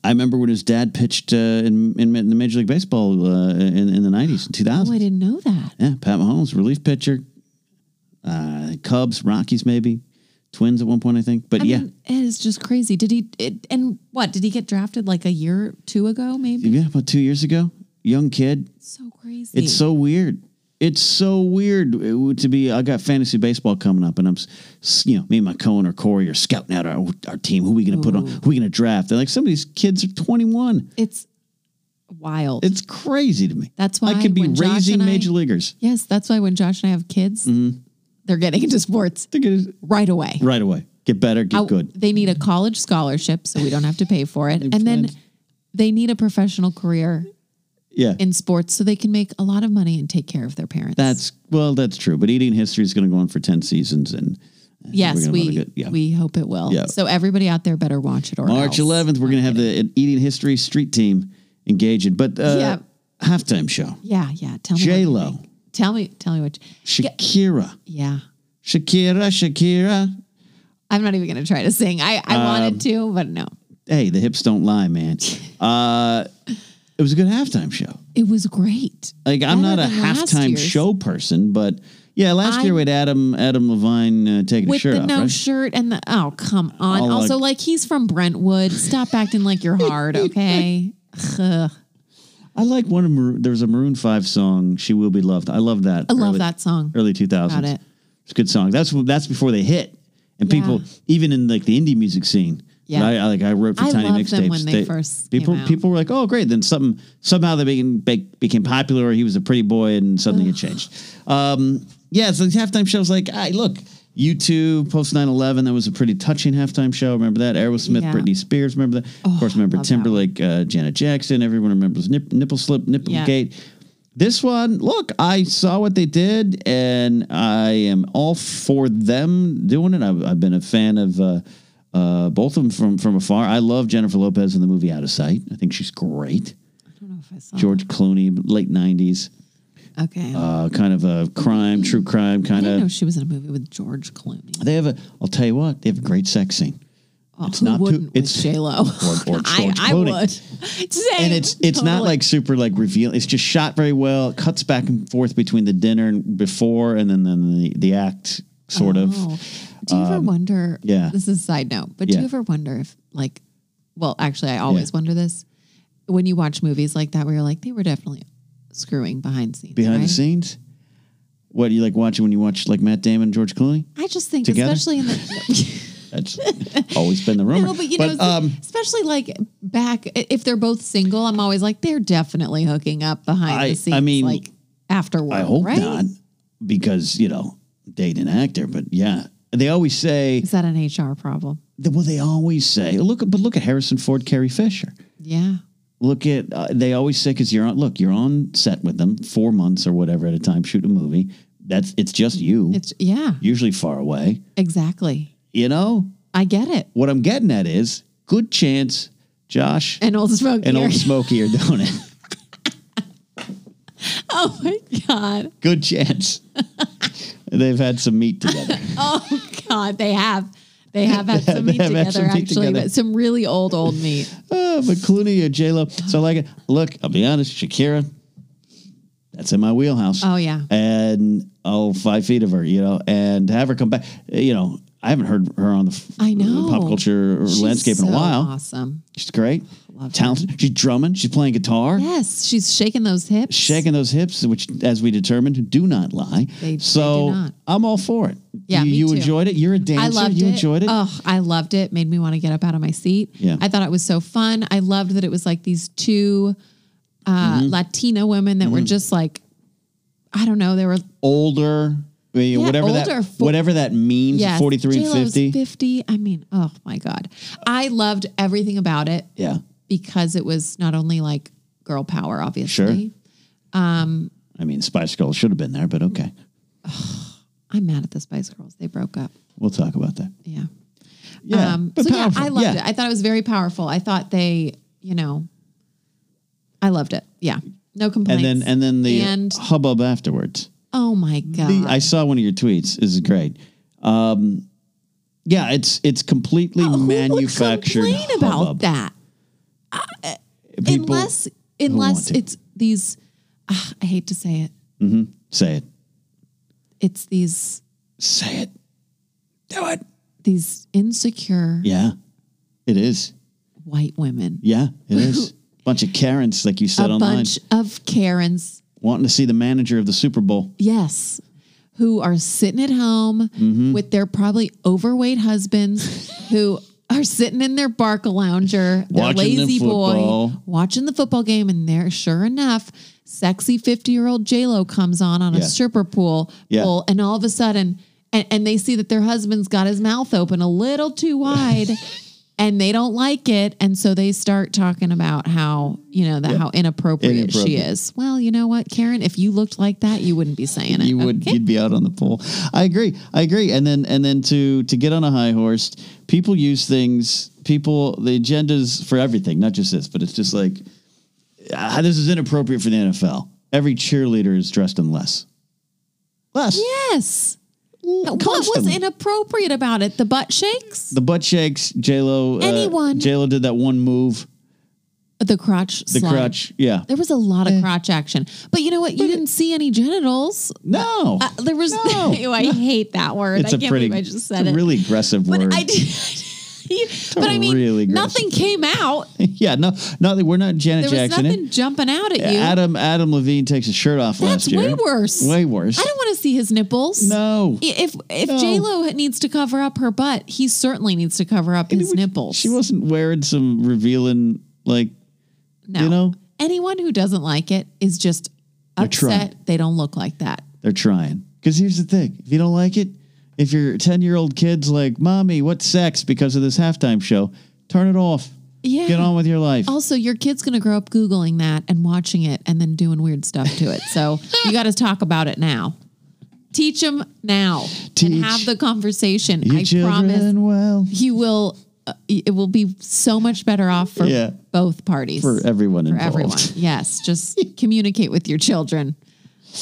S1: I remember when his dad pitched uh, in, in the Major League Baseball uh, in, in the 90s and 2000s.
S2: Oh, I didn't know that.
S1: yeah, Pat Mahomes, relief pitcher, uh, Cubs, Rockies maybe, Twins at one point, I think. But
S2: I
S1: yeah,
S2: mean, it is just crazy. Did he? It, and what did he get drafted like a year, two ago? Maybe
S1: yeah, about two years ago, young kid,
S2: so crazy.
S1: It's so weird. It's so weird uh, to be. I got fantasy baseball coming up, and I'm, s- s- you know, me and my Cohen or Corey are scouting out our our team. Who we going to put on? Who we going to draft? And like some of these kids are 21.
S2: It's wild.
S1: It's crazy to me.
S2: That's
S1: I
S2: why
S1: could be
S2: when Josh
S1: raising
S2: and I-
S1: major leaguers.
S2: yes, that's why when Josh and I have kids, they're getting into sports
S1: Think it is-
S2: right away.
S1: Mm-hmm. Right away, get better, get
S2: I-
S1: good.
S2: They need a college scholarship, so we don't have to pay for it, and then
S1: planned.
S2: they need a professional career
S1: Yeah,
S2: in sports so they can make a lot of money and take care of their parents.
S1: that's well, that's true. But eating history is going to go on for 10 seasons, and and we're
S2: yes,
S1: gonna let
S2: we
S1: it get- yeah.
S2: we hope it will.
S1: Yeah.
S2: So everybody out there better watch it or
S1: March
S2: else.
S1: 11th, we're going to have the eating history street team engaging, but uh,
S2: Yeah.
S1: halftime show.
S2: Yeah, yeah. Tell me what you
S1: J-Lo.
S2: think. Tell me, tell me what.
S1: Shakira.
S2: Yeah,
S1: Shakira, Shakira.
S2: I'm not even gonna try to sing. I
S1: Um,
S2: I wanted to, but no.
S1: Hey, the hips don't lie, man. Uh, it was a good halftime show.
S2: It was great.
S1: Like I'm
S2: Better
S1: not a
S2: than last
S1: halftime
S2: year's.
S1: show person, but yeah, last
S2: I-
S1: year we had Adam Adam Levine uh, taking a
S2: With
S1: shirt
S2: the
S1: off.
S2: no
S1: right?
S2: shirt and the oh come on.
S1: All
S2: also,
S1: like-
S2: like he's from Brentwood. Stop acting like you're hard, okay? Ugh.
S1: I like one of Maroon, there was a Maroon Five song, "She Will Be Loved." I love that.
S2: I love that song.
S1: Early 2000s.
S2: Got it.
S1: It's a good song. That's wh- that's before they hit, and
S2: Yeah.
S1: people even in like the indie music scene.
S2: Yeah.
S1: I, I like I wrote for
S2: I
S1: Tiny
S2: loved them
S1: Mixtapes.
S2: when they first came
S1: people
S2: out.
S1: people were like, oh great, then something somehow they became be- became popular. Or he was a pretty boy, and something had changed. Um, yeah, so these halftime shows like, I look. You two post 9-11, that was a pretty touching halftime show. Remember that? Aerosmith,
S2: Yeah. Oh,
S1: Britney Spears, remember that? of course, remember
S2: love that one.
S1: Timberlake, uh, Janet Jackson. Everyone remembers nip, Nipple Slip, Nipple
S2: Yeah.
S1: Gate. This one, look, I saw what they did, and I am all for them doing it. I've, I've been a fan of uh, uh, both of them from from afar. I love Jennifer Lopez in the movie Out of Sight. I think she's great.
S2: I don't know if I saw.
S1: George Clooney, late nineties,
S2: that. Okay.
S1: uh, kind of a crime, true crime
S2: I
S1: kind
S2: didn't know
S1: of.
S2: she was in a movie with George Clooney.
S1: They have a. I'll tell you what, they have a great sex scene.
S2: Oh,
S1: It's
S2: who
S1: not too-
S2: wouldn't
S1: it's-
S2: with J Lo.
S1: Or- or
S2: I,
S1: George
S2: I
S1: Clooney.
S2: would. Same,
S1: and it's it's not
S2: totally.
S1: like super like reveal. It's just shot very well. It cuts back and forth between the dinner and before, and then then the the act sort of. um,
S2: Oh. Do you ever wonder?
S1: yeah.
S2: This is a side note, but do
S1: Yeah.
S2: you ever wonder if, like, well, actually, I always wonder this when you watch movies like that where you're like, they were definitely screwing behind scenes.
S1: behind the
S2: right?
S1: scenes. What do you like watching when you watch like Matt Damon and George Clooney?
S2: I just think,
S1: Together?
S2: especially in the.
S1: That's always been the rumor.
S2: No, but you know,
S1: um,
S2: especially like back i- if they're both single, I'm always like they're definitely hooking up behind
S1: I- I
S2: the scenes.
S1: mean,
S2: like after work,
S1: I hope
S2: right?
S1: not because you know date an actor, but yeah, they always say.
S2: Is that an HR problem?
S1: Well, they always say. Look, but look at Harrison Ford, Carrie Fisher.
S2: Yeah,
S1: look at uh, they always say because you're on look you're on set with them four months or whatever at a time shoot a movie that's it's just you
S2: it's yeah,
S1: usually far away
S2: exactly.
S1: you know
S2: I get it.
S1: what i'm getting at is good chance josh
S2: And old smoke.
S1: and
S2: here.
S1: old smokey are doing it
S2: oh my god.
S1: good chance they've had some meat together
S2: Oh God, they have. They have had some
S1: They
S2: meat
S1: have had
S2: together,
S1: some meat
S2: actually,
S1: together.
S2: but some really old, old meat.
S1: Oh, but Clooney or J Lo. So like, look, I'll be honest, Shakira. That's in my wheelhouse.
S2: Oh, yeah.
S1: and oh, five feet of her, you know, and have her come back. You know, I haven't heard her on the
S2: I know.
S1: pop culture
S2: She's
S1: landscape in
S2: so
S1: a while.
S2: Awesome.
S1: She's great,
S2: love her.
S1: talented. She's drumming. She's playing guitar,
S2: Yes, she's shaking those hips.
S1: shaking those hips, which, as we determined, do not lie.
S2: They- they do
S1: so
S2: not.
S1: I'm all for it.
S2: Yeah,
S1: you,
S2: me
S1: you
S2: too.
S1: enjoyed it. You're a dancer.
S2: I loved
S1: you
S2: it.
S1: enjoyed it.
S2: Oh, I loved it. Made me want to get up out of my seat.
S1: Yeah.
S2: I thought it was so fun. I loved that it was like these two uh,
S1: Mm-hmm.
S2: Latina women that were just like, I don't know, they were
S1: older, I mean,
S2: Yeah,
S1: whatever
S2: older,
S1: that
S2: fo-
S1: whatever that means.
S2: yes,
S1: 43 and
S2: J-Lo's
S1: 50.
S2: 50. I mean, oh my God. I loved everything about it
S1: Yeah.
S2: because it was not only like girl power, obviously.
S1: Sure. I mean, Spice Girls should have been there, but okay.
S2: I'm mad at the Spice Girls. They broke up.
S1: We'll talk about that.
S2: Yeah.
S1: Yeah.
S2: um,
S1: but
S2: so
S1: powerful.
S2: yeah, I loved
S1: Yeah.
S2: it. I thought it was very powerful. I thought they, you know, I loved it. Yeah, no
S1: and
S2: complaints.
S1: then and then the
S2: And-
S1: hubbub afterwards.
S2: oh my god,
S1: The- uh, I saw one of your tweets. This is great. Um, yeah, it's it's completely
S2: Who would
S1: manufactured
S2: complain
S1: hubbub.
S2: about that?
S1: People
S2: unless
S1: want
S2: unless
S1: to.
S2: it's these, ah, I hate to say it,
S1: say it.
S2: it's these
S1: Say it. Do it.
S2: these insecure
S1: Yeah. It is.
S2: white women,
S1: Yeah, it is. Bunch of Karens, like you
S2: a
S1: said online,
S2: bunch of Karens
S1: wanting to see the manager of the Super Bowl.
S2: Yes. Who are sitting at home
S1: Mm-hmm.
S2: with their probably overweight husbands who are sitting in their barca lounger, their
S1: Watching the
S2: lazy boy,
S1: football.
S2: watching the football game, and there, sure enough, sexy 50 year old JLo comes on on
S1: Yeah.
S2: a stripper pool,
S1: Yeah.
S2: pole, and all of a sudden, and, and they see that their husband's got his mouth open a little too wide. And they don't like it, and so they start talking about how you know that how inappropriate she
S1: Inappropriate.
S2: is. Well, you know what, Karen? If you looked like that, you wouldn't be saying it.
S1: You would
S2: okay?
S1: you'd be out on the pole. I agree. I agree. And then and then to to get on a high horse, people use things. People the agendas for everything, not just this, but it's just like ah, this is inappropriate for the NFL. Every cheerleader is dressed in less. Less.
S2: Yes. What was
S1: Constantly.
S2: inappropriate about it? The butt shakes,
S1: The butt shakes. J Lo.
S2: Anyone.
S1: J Lo did that one move.
S2: the crotch,
S1: The Eh. crutch. Yeah.
S2: There was a lot of crotch action, but you know what? You didn't see any genitals.
S1: No.
S2: Uh, there was.
S1: No.
S2: Ew, I hate that word.
S1: it's
S2: I
S1: a
S2: can't
S1: pretty.
S2: believe I just said
S1: it's
S2: it.
S1: a really aggressive
S2: but
S1: word.
S2: I did. but I mean,
S1: really gross
S2: nothing came out.
S1: yeah. No. Nothing. We're not Janet
S2: There was
S1: Jackson. it.
S2: nothing jumping out at you.
S1: Adam Adam Levine takes his shirt off last
S2: That's
S1: year.
S2: way worse.
S1: Way worse.
S2: I don't want to see his nipples.
S1: No.
S2: I- If if
S1: No.
S2: J Lo needs to cover up her butt, he certainly needs to cover up his nipples.
S1: She wasn't wearing some revealing like
S2: No.
S1: You know?
S2: anyone who doesn't like it is just
S1: trying.
S2: upset they don't look like that.
S1: they're trying. Because here's the thing: if you don't like it, if your ten year old kid's like, "Mommy, what's sex?" because of this halftime show, turn it off.
S2: Yeah. Oh,
S1: Get on with your life.
S2: Also, your kid's going to grow up Googling that and watching it and then doing weird stuff to it. So you got to talk about it now. Teach them now
S1: Teach
S2: and have the conversation.
S1: Your
S2: I
S1: children
S2: promise
S1: well
S2: you will, uh, it will be so much better off for
S1: Yeah.
S2: both parties.
S1: for everyone
S2: For
S1: involved.
S2: everyone. Yes. Just communicate with your children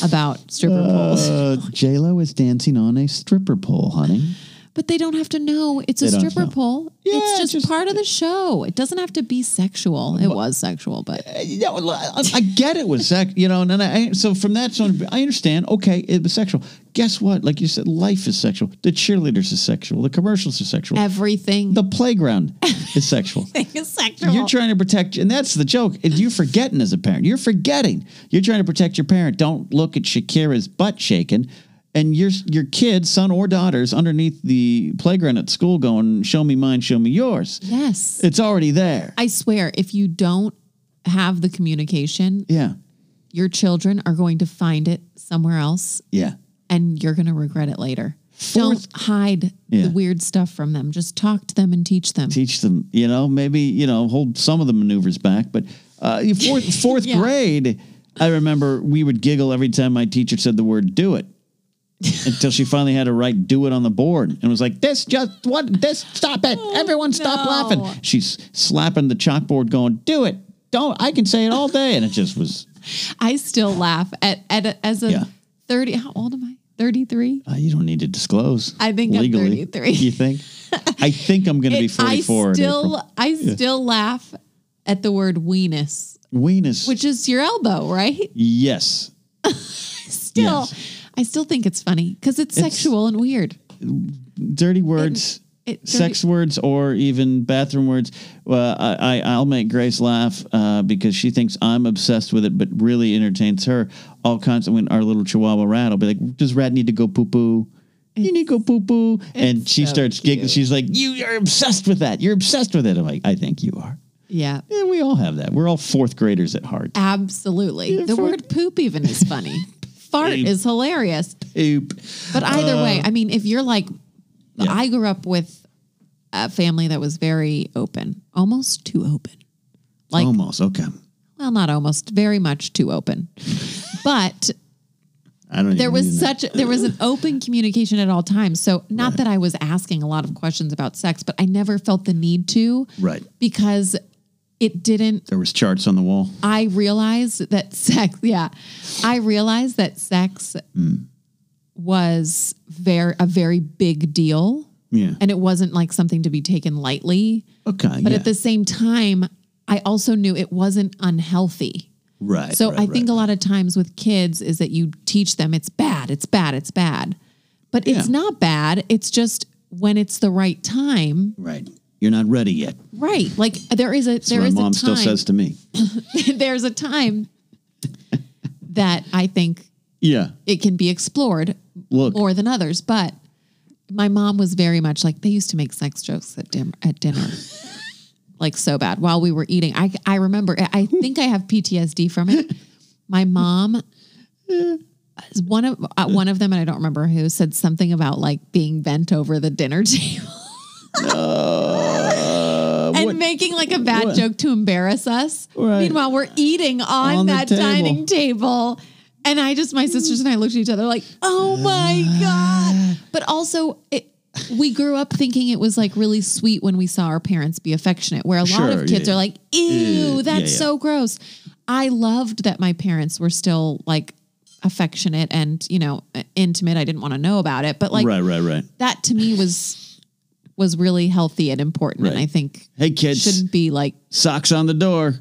S2: about stripper poles.
S1: Uh, J Lo is dancing on a stripper pole, honey.
S2: But they don't have to know it's a
S1: They don't
S2: stripper
S1: know.
S2: pole.
S1: Yeah,
S2: it's just,
S1: just-
S2: part of the show. It doesn't have to be sexual. It was sexual, but
S1: Yeah, well, I, I get it was sex, you know, and, then I, so from that zone, I understand. Okay, it was sexual. Guess what? Like you said, life is sexual. The cheerleaders is sexual. The commercials are sexual.
S2: everything
S1: the playground is sexual.
S2: is sexual.
S1: You're trying to protect, and that's the joke. And You're forgetting as a parent. You're forgetting. You're trying to protect your parent. Don't look at Shakira's butt shaking, and your your kid, son or daughter, is underneath the playground at school, going, "Show me mine, show me yours."
S2: yes.
S1: It's already there.
S2: I swear, if you don't have the communication,
S1: Yeah,
S2: your children are going to find it somewhere else
S1: yeah.
S2: and you're going to regret it later. do Don't hide
S1: Yeah.
S2: the weird stuff from them. Just talk to them and teach them.
S1: teach them, you know, maybe, you know, hold some of the maneuvers back. But uh, fourth, fourth
S2: Yeah.
S1: grade, I remember we would giggle every time my teacher said the word do it until she finally had to write do it on the board and was like, this just what, this, stop it. Everyone stop
S2: Oh, no.
S1: laughing. She's slapping the chalkboard going, do it. Don't, I can say it all day. And it just was,
S2: I still laugh at, at as a
S1: Yeah.
S2: 30 how old am I? 33?
S1: Uh, you don't need to disclose.
S2: I think I'm
S1: legally.
S2: 33.
S1: You think? I think I'm going to be
S2: It-
S1: 44.
S2: I
S1: in April.
S2: still I still laugh at the word weenus,
S1: weenus.
S2: which is your elbow, right?
S1: yes,
S2: Still
S1: Yes.
S2: I still think it's funny cuz it's, sexual and weird.
S1: dirty words,
S2: it- dirty-
S1: sex words, or even bathroom words. Well, I, I I'll make Grace laugh uh, because she thinks I'm obsessed with it, but really entertains her. All kinds. Of, when our little Chihuahua Rat will be like, "Does Rat need to go poo poo?" You need to go poo poo, and
S2: it's
S1: she
S2: so
S1: starts giggling.
S2: cute.
S1: She's like, "You are obsessed with that. You're obsessed with it." I'm like, "I think you are."
S2: Yeah.
S1: And we all have that. We're all fourth graders at heart.
S2: Absolutely. The
S1: for-
S2: word poop even is funny. Fart
S1: Poop.
S2: is hilarious.
S1: Oop.
S2: But either way, I mean, if you're like,
S1: Uh, Yeah.
S2: I grew up with a family that was very open, almost too open. Like,
S1: Almost. Okay.
S2: well, not almost, very much too open. But
S1: I don't.
S2: there
S1: even need
S2: was
S1: to know.
S2: such there was an open communication at all times. So not that I was asking a lot of questions about sex, but I never felt the need to,
S1: Right.
S2: Because it didn't
S1: There was charts on the wall.
S2: I realized that sex, yeah, I realized that sex
S1: Mm.
S2: was very a very big deal,
S1: Yeah. Oh,
S2: and it wasn't like something to be taken lightly.
S1: Okay.
S2: But at the same time, I also knew it wasn't unhealthy.
S1: right.
S2: So
S1: right,
S2: I
S1: right.
S2: think a lot of times with kids is that you teach them it's bad, it's bad, it's bad, but it's
S1: Yeah.
S2: not bad. It's just when it's the right time,
S1: Right. You're not ready yet.
S2: right? Like there is a there
S1: my
S2: is
S1: mom
S2: a time.
S1: still says to me.
S2: there's a time that I think
S1: Yeah.
S2: it can be explored
S1: Look.
S2: more than others. But my mom was very much like they used to make sex jokes at dim- at dinner, like so bad while we were eating. I I remember. I- I think I have PTSD from it. My mom. One of uh, one of them, and I don't remember who, said something about like being bent over the dinner table
S1: Uh,
S2: and
S1: what-
S2: making like a bad
S1: what?
S2: joke to embarrass us.
S1: Right.
S2: Meanwhile, we're eating on,
S1: On the
S2: that
S1: table.
S2: dining table. And I just, my sisters and I looked at each other like, oh my God. But also, it, we grew up thinking it was like really sweet when we saw our parents be affectionate, where a lot
S1: Sure,
S2: of kids
S1: yeah,
S2: are like, ew,
S1: yeah,
S2: that's
S1: yeah.
S2: so gross. I loved that my parents were still like affectionate and, you know, intimate. I didn't want to know about it, but like
S1: right. Right. Right.
S2: that to me was, was really healthy and important. And
S1: Right.
S2: I think
S1: Hey kids,
S2: shouldn't be like,
S1: socks on the door.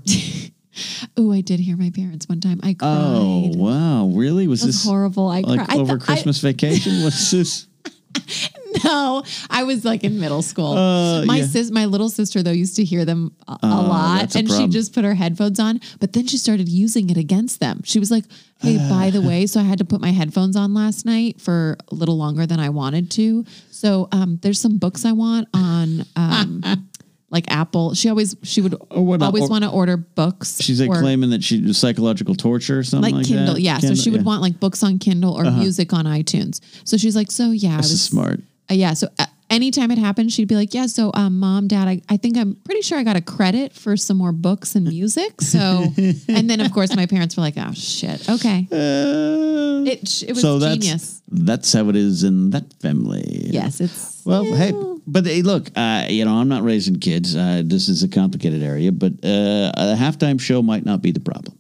S2: oh, I did hear my parents one time. I cried.
S1: Oh wow! Really? Was
S2: it was
S1: this
S2: horrible. I
S1: like
S2: cried. I
S1: over
S2: thought-
S1: Christmas vacation? What's this?
S2: I, no, I was like in middle school.
S1: Uh,
S2: my
S1: yeah. Oh,
S2: sis, my little sister though used to hear them a, a lot,
S1: that's a
S2: and she
S1: problem.
S2: just put her headphones on. But then she started using it against them. She was like, "Hey,
S1: Uh.
S2: by the way, so I had to put my headphones on last night for a little longer than I wanted to. So um, there's some books I want on." Um, Like Apple, she always she would
S1: Oh, what- uh,
S2: always
S1: or-
S2: want to order books.
S1: She's like
S2: or-
S1: claiming that she psychological torture or something
S2: like,
S1: like,
S2: Kindle,
S1: that. Uh-huh.
S2: yeah. so she would want like books on Kindle or music on iTunes. So she's like, so yeah, I
S1: This is
S2: was,
S1: smart.
S2: uh, yeah. So uh, anytime it happened, she'd be like, yeah. So um, mom, dad, I, I think I'm pretty sure I got a credit for some more books and music. So, and then of course my parents were like, oh shit, okay.
S1: Uh,
S2: It sh- it was
S1: so that's
S2: genius.
S1: that's how it is in that family.
S2: Yes, it's
S1: Well, hey,
S2: Yeah.
S1: but hey, look, uh, you know, I'm not raising kids. Uh, this is a complicated area, but uh, a halftime show might not be the problem.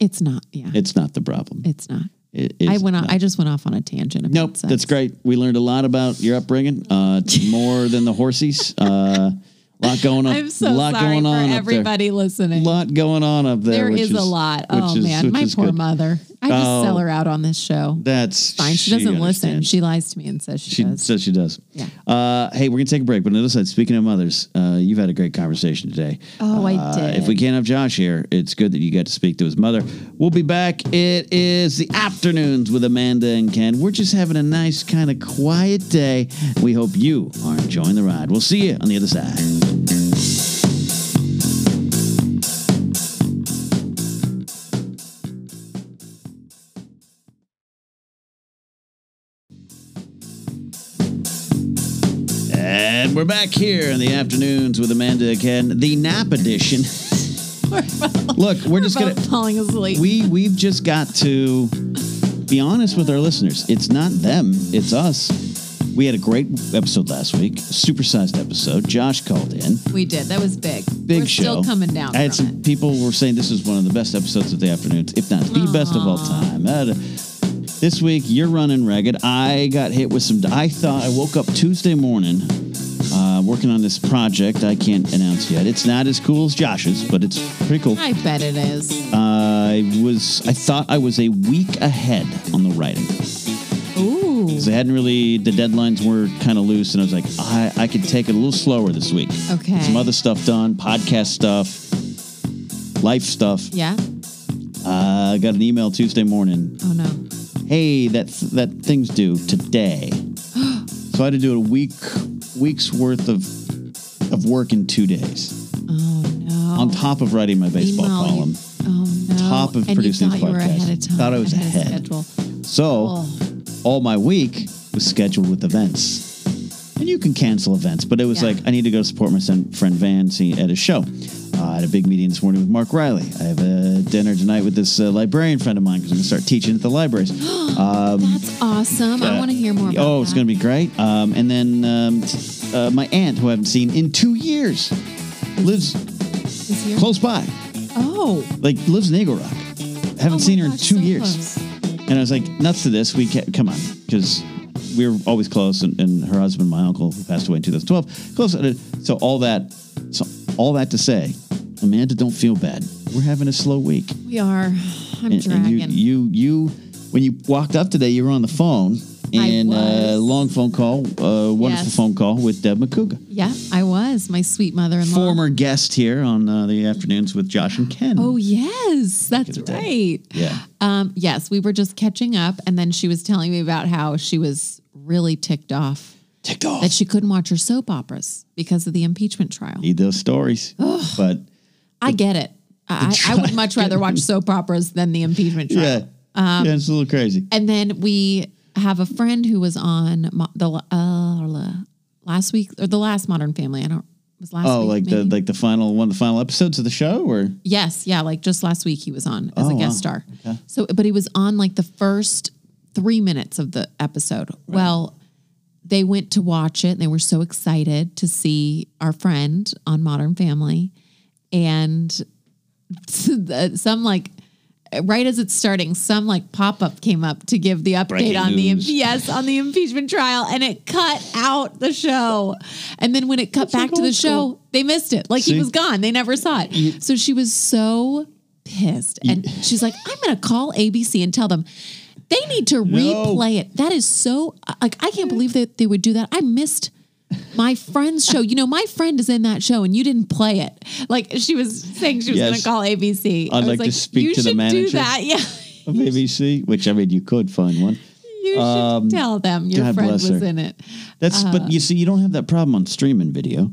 S2: it's not. Yeah,
S1: It's not the problem.
S2: it's not.
S1: It is
S2: I went on.
S1: not.
S2: I just went off on a tangent. about
S1: Nope,
S2: sex.
S1: that's great. We learned a lot about your upbringing. Uh, it's more than the horsies. Uh, lot going on.
S2: I'm so
S1: lot
S2: sorry
S1: going
S2: for
S1: on Up
S2: everybody listening.
S1: there. Lot going on up there.
S2: there
S1: which
S2: is, a lot.
S1: which
S2: Oh
S1: is-
S2: man,
S1: which
S2: my
S1: is
S2: poor
S1: good.
S2: mother. I just
S1: Oh.
S2: sell her out on this show.
S1: That's
S2: fine. She, doesn't listen.
S1: understands.
S2: She lies to me and says she,
S1: She
S2: does.
S1: says she does.
S2: Yeah.
S1: Uh, hey, we're gonna take a break. But on the other side, speaking of mothers, uh, you've had a great conversation today.
S2: Oh, I
S1: Uh,
S2: did.
S1: If we can't have Josh here, it's good that you got to speak to his mother. We'll be back. It is the afternoons with Amanda and Ken. We're just having a nice kind of quiet day. We hope you are enjoying the ride. We'll see you on the other side. And we're back here in the afternoons with Amanda and Ken, the nap edition. Look, we're, just
S2: Both
S1: gonna
S2: falling asleep.
S1: we we've just got to be honest with our listeners. It's not them, it's us. We had a great episode last week, supersized episode. Josh called in.
S2: we did. That was big.
S1: Big
S2: We're
S1: show.
S2: Still coming down.
S1: I had
S2: from
S1: some people were saying this is one of the best episodes of the afternoons, if not the best of all time. Uh, This week, you're running ragged. I got hit with some. I thought I woke up Tuesday morning uh, working on this project I can't announce yet. It's not as cool as Josh's, but it's pretty cool.
S2: I bet it is.
S1: I was. I thought I was a week ahead on the writing.
S2: Ooh.
S1: Because I hadn't really, the deadlines were kind of loose, and I was like, I, I could take it a little slower this week.
S2: Okay.
S1: Some other stuff done, podcast stuff, life stuff.
S2: Yeah.
S1: Uh, I got an email Tuesday morning.
S2: Oh no.
S1: Hey, that that thing's due today. so I had to do a week week's worth of of work in two days,
S2: Oh no.
S1: on top of writing my baseball
S2: Email, you-
S1: column.
S2: oh no.
S1: top of
S2: and
S1: producing
S2: you thought
S1: this
S2: you were
S1: podcast.
S2: ahead of time.
S1: Thought I was
S2: of
S1: ahead.
S2: schedule.
S1: So
S2: Oh.
S1: all my week was scheduled with events. And you can cancel events, but it was
S2: Yeah.
S1: like, I need to go support my son, friend Van see, at his show. Uh, I had a big meeting this morning with Mark Riley. I have a dinner tonight with this uh, librarian friend of mine because I'm going to start teaching at the libraries.
S2: That's awesome. I
S1: Uh,
S2: want to hear more about
S1: Um, Oh, it's
S2: that.
S1: going to be great. Um, and then um, t- uh, my aunt, who I haven't seen in two years, lives
S2: Is here?
S1: close by.
S2: Oh.
S1: Like, lives in Eagle Rock.
S2: Oh
S1: Haven't seen
S2: my
S1: her
S2: gosh,
S1: in two
S2: so
S1: years.
S2: close.
S1: And I was like, nuts to this. We can't, come on, because we were always close. And, and her husband, my uncle, who passed away in 2012, close. And it- So all that, so all that to say, Amanda, don't feel bad. We're having a slow week.
S2: We are. I'm
S1: And, and
S2: dragging.
S1: you, you, you, when you walked up today, you were on the phone
S2: I
S1: and uh,
S2: was.
S1: long phone call, uh, wonderful
S2: Yes.
S1: phone call with Deb McCouga,
S2: yeah, I was my sweet mother-in-law.
S1: former guest here on uh, the afternoons with Josh and Ken.
S2: Oh yes, that's
S1: Good day.
S2: right.
S1: yeah.
S2: Um, yes, we were just catching up, and then she was telling me about how she was really ticked off
S1: Ticked off.
S2: that she couldn't watch her soap operas because of the impeachment trial.
S1: Need those stories, but.
S2: I get it. I, I would much rather watch soap operas than the impeachment trial.
S1: Yeah.
S2: Um,
S1: yeah, it's a little crazy.
S2: And then we have a friend who was on mo- the uh, last week or the last Modern Family. I don't was last.
S1: Oh,
S2: week,
S1: like
S2: maybe?
S1: the like the final one of the final episodes of the show or
S2: Yes, yeah, like just last week he was on as
S1: Oh,
S2: a
S1: wow.
S2: guest star. So, but he was on like the first three minutes of the episode. Well, they went to watch it and they were so excited to see our friend on Modern Family, and uh, some like. Right as it's starting, some like pop up came up to give the update
S1: Breaking
S2: on
S1: news.
S2: the yes on the impeachment trial, and it cut out the show. And then when it cut back
S1: like
S2: to the
S1: old
S2: show,
S1: school.
S2: they missed it. Like
S1: See?
S2: he was gone. They never saw it. So she was so pissed. And she's like, I'm going to call ABC and tell them they need to replay it. That is so, like, I can't believe that they would do that. I missed my friend's show. You know, my friend is in that show and you didn't play it. Like, she was saying she was
S1: Yes.
S2: going to call ABC. I
S1: I'd
S2: was
S1: like to speak
S2: you
S1: to the
S2: should
S1: manager."
S2: Do that. Yeah.
S1: of ABC? Which I mean, you could find one.
S2: You should tell them your
S1: Um, God
S2: friend
S1: bless
S2: was
S1: her.
S2: in it.
S1: That's
S2: Uh,
S1: but you see, you don't have that problem on streaming video.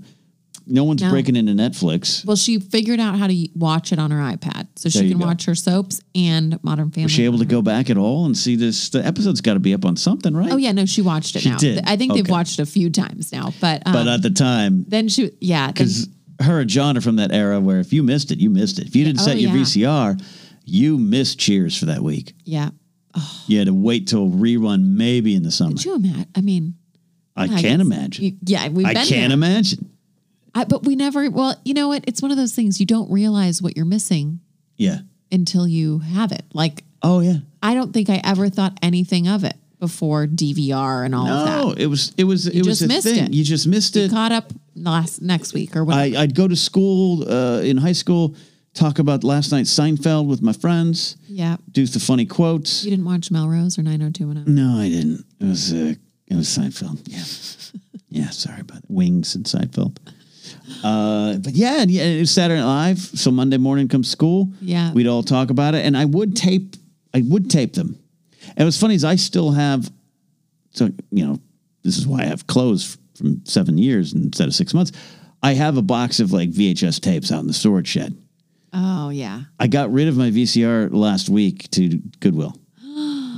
S1: No one's
S2: No.
S1: breaking into Netflix.
S2: Well, she figured out how to watch it on her iPad. So
S1: There
S2: she
S1: you
S2: can
S1: go.
S2: watch her soaps and Modern Family.
S1: Was she able
S2: on
S1: to
S2: her
S1: go back at all and see this? The episode's got to be up on something, right?
S2: Oh yeah, no, she watched it
S1: She
S2: now.
S1: did?
S2: I think they've
S1: Okay.
S2: watched it a few times now, but, um,
S1: But at the time,
S2: then she, yeah, then,
S1: because her and John are from that era where if you missed it, you missed it. If you didn't
S2: Oh,
S1: set your
S2: yeah.
S1: VCR, you missed Cheers for that week.
S2: yeah.
S1: You had to wait till rerun, maybe in the summer.
S2: Could you imagine? I mean,
S1: I
S2: I
S1: can't
S2: guess
S1: imagine.
S2: you- yeah, we've
S1: I
S2: been
S1: can't
S2: there.
S1: imagine.
S2: I, but we never. Well, you know what? It's one of those things you don't realize what you're missing
S1: Yeah.
S2: until you have it. Like
S1: Oh yeah.
S2: I don't think I ever thought anything of it before DVR and all
S1: No,
S2: of
S1: Oh, it was it was it was
S2: just
S1: a
S2: missed
S1: thing.
S2: it.
S1: You just missed
S2: that.
S1: it.
S2: Caught up last next week or whatever.
S1: I, I'd go to school uh, in high school, talk about last night's Seinfeld with my friends,
S2: yeah,
S1: do the funny quotes.
S2: you didn't watch Melrose or 90210.
S1: No, I didn't. It was uh, it was Seinfeld. Yeah, yeah. Sorry about that. Wings and Seinfeld. Uh, but yeah, and yeah, it was Saturday Night Live. So Monday morning comes school.
S2: Yeah.
S1: we'd all talk about it, and I would tape. I would tape them. And what's funny is I still have. So you know, this is why I have clothes from seven years instead of six months. I have a box of like VHS tapes out in the storage shed.
S2: Oh yeah,
S1: I got rid of my VCR last week to Goodwill.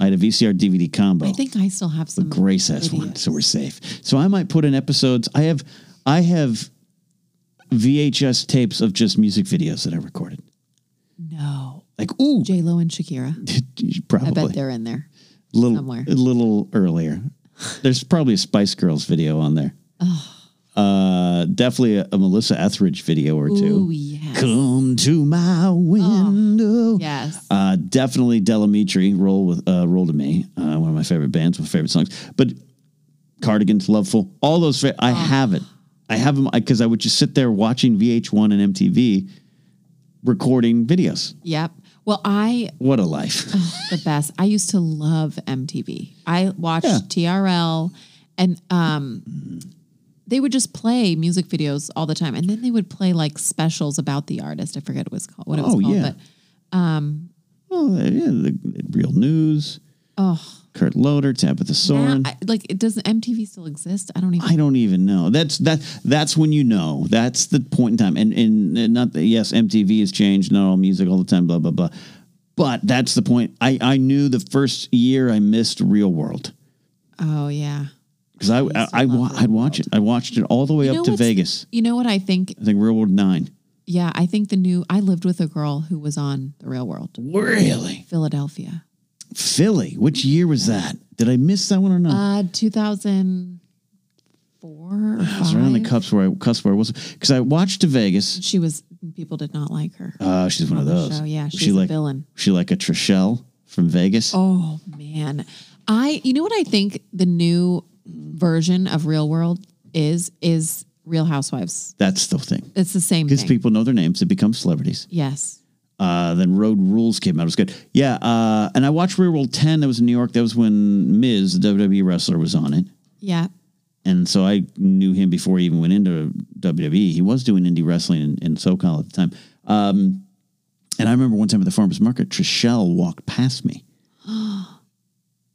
S1: I had a VCR DVD combo
S2: I think I still have some.
S1: grace has one, so we're safe. So I might put in episodes. I have, I have VHS tapes of just music videos that I recorded.
S2: No,
S1: Like, ooh,
S2: J Lo and Shakira. I bet
S1: probably
S2: they're in there.
S1: little,
S2: somewhere.
S1: a
S2: Oh.
S1: little earlier. There's probably a Spice Girls video on there. Uh, definitely a, a Melissa Etheridge video or two.
S2: Ooh, yes. Oh,
S1: Come to my window.
S2: Yes.
S1: Uh, definitely Delamitri, Roll with uh, Roll to Me, uh, one of my favorite bands, one of my favorite songs. But Cardigans, Loveful, all those. Fa- I have it. I have them because I would just sit there watching VH1 and MTV, recording videos.
S2: Yep. Well, I
S1: What a life!
S2: the best. I used to love MTV. I watched
S1: Yeah.
S2: TRL and um they would just play music videos all the time and then they would play like specials about the artist. I forget what it was called what it was
S1: Oh,
S2: called,
S1: yeah.
S2: but
S1: oh yeah, the, the real news. Oh, Kurt Loder, Tabitha Soren.
S2: now, I, like it doesn't MTV still exist? I don't even
S1: I don't even know. That's that. That's when you know. That's the point in time. And and, and not that. Yes, MTV has changed. Not all music all the time. Blah blah blah. But that's the point. I I knew the first year I missed Real World
S2: Oh yeah.
S1: because I I, I wa- I'd watch it. I watched it all the way up to
S2: what's-
S1: Vegas.
S2: You know what I think?
S1: I think Real World Nine.
S2: Yeah, I think the new I lived with a girl who was on The Real World,
S1: Really,
S2: Philadelphia.
S1: Philly. Which year was that? Did I miss that one or not?
S2: Uh 2004 or
S1: I was around the
S2: 5.
S1: cups where I cuss where I was because I watched to Vegas.
S2: She was people did not like her.
S1: Uh, she's one of
S2: the
S1: those.
S2: show, yeah,
S1: Was
S2: she's
S1: she
S2: a
S1: like
S2: villain.
S1: She like a Trishelle from Vegas.
S2: Oh man. I you know what I think the new version of Real World is is Real Housewives.
S1: That's the thing.
S2: It's the same
S1: Because
S2: thing.
S1: people know their names, they become celebrities.
S2: yes.
S1: Uh, then Road Rules came out. It was good. Yeah. Uh, and I watched Real World 10. That was in New York. That was when Miz, the WWE wrestler, was on it.
S2: Yeah.
S1: And so I knew him before he even went into WWE. He was doing indie wrestling in, in SoCal at the time. Um, and I remember one time at the farmer's market, Trishelle walked past me.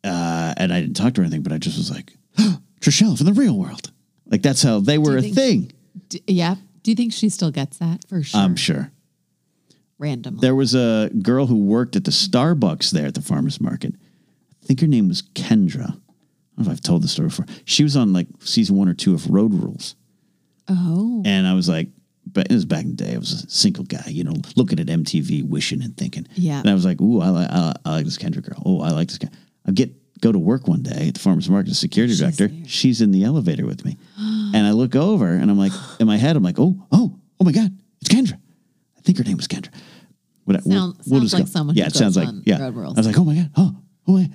S1: uh, and I didn't talk to her or anything, but I just was like, Trishelle from the real world. Like that's how they were
S2: you
S1: a
S2: think-
S1: thing.
S2: D- yeah. Do you think she still gets that for sure?
S1: I'm sure.
S2: Randomly.
S1: Um, There was a girl who worked at the Starbucks there at the farmers market. I think her name was Kendra. I don't know if I've told this story before. She was on like season one or two of Road Rules.
S2: oh.
S1: And I was like, but it was back in the day. I was a single guy, you know, looking at MTV, wishing and thinking.
S2: Yeah.
S1: And I was like, ooh, I, li- I, I like this Kendra girl. Oh, I like this guy. I get go to work one day at the farmers market, the security director.
S2: there.
S1: She's in the elevator with me, and I look over and I'm like, in my head, I'm like, oh, oh, oh my god, it's Kendra. I think her name was Kendra. What,
S2: Sound- sounds like someone who
S1: Yeah, it
S2: goes
S1: sounds like
S2: on
S1: yeah.
S2: Road Rules.
S1: I was like, oh my god, oh, oh my. And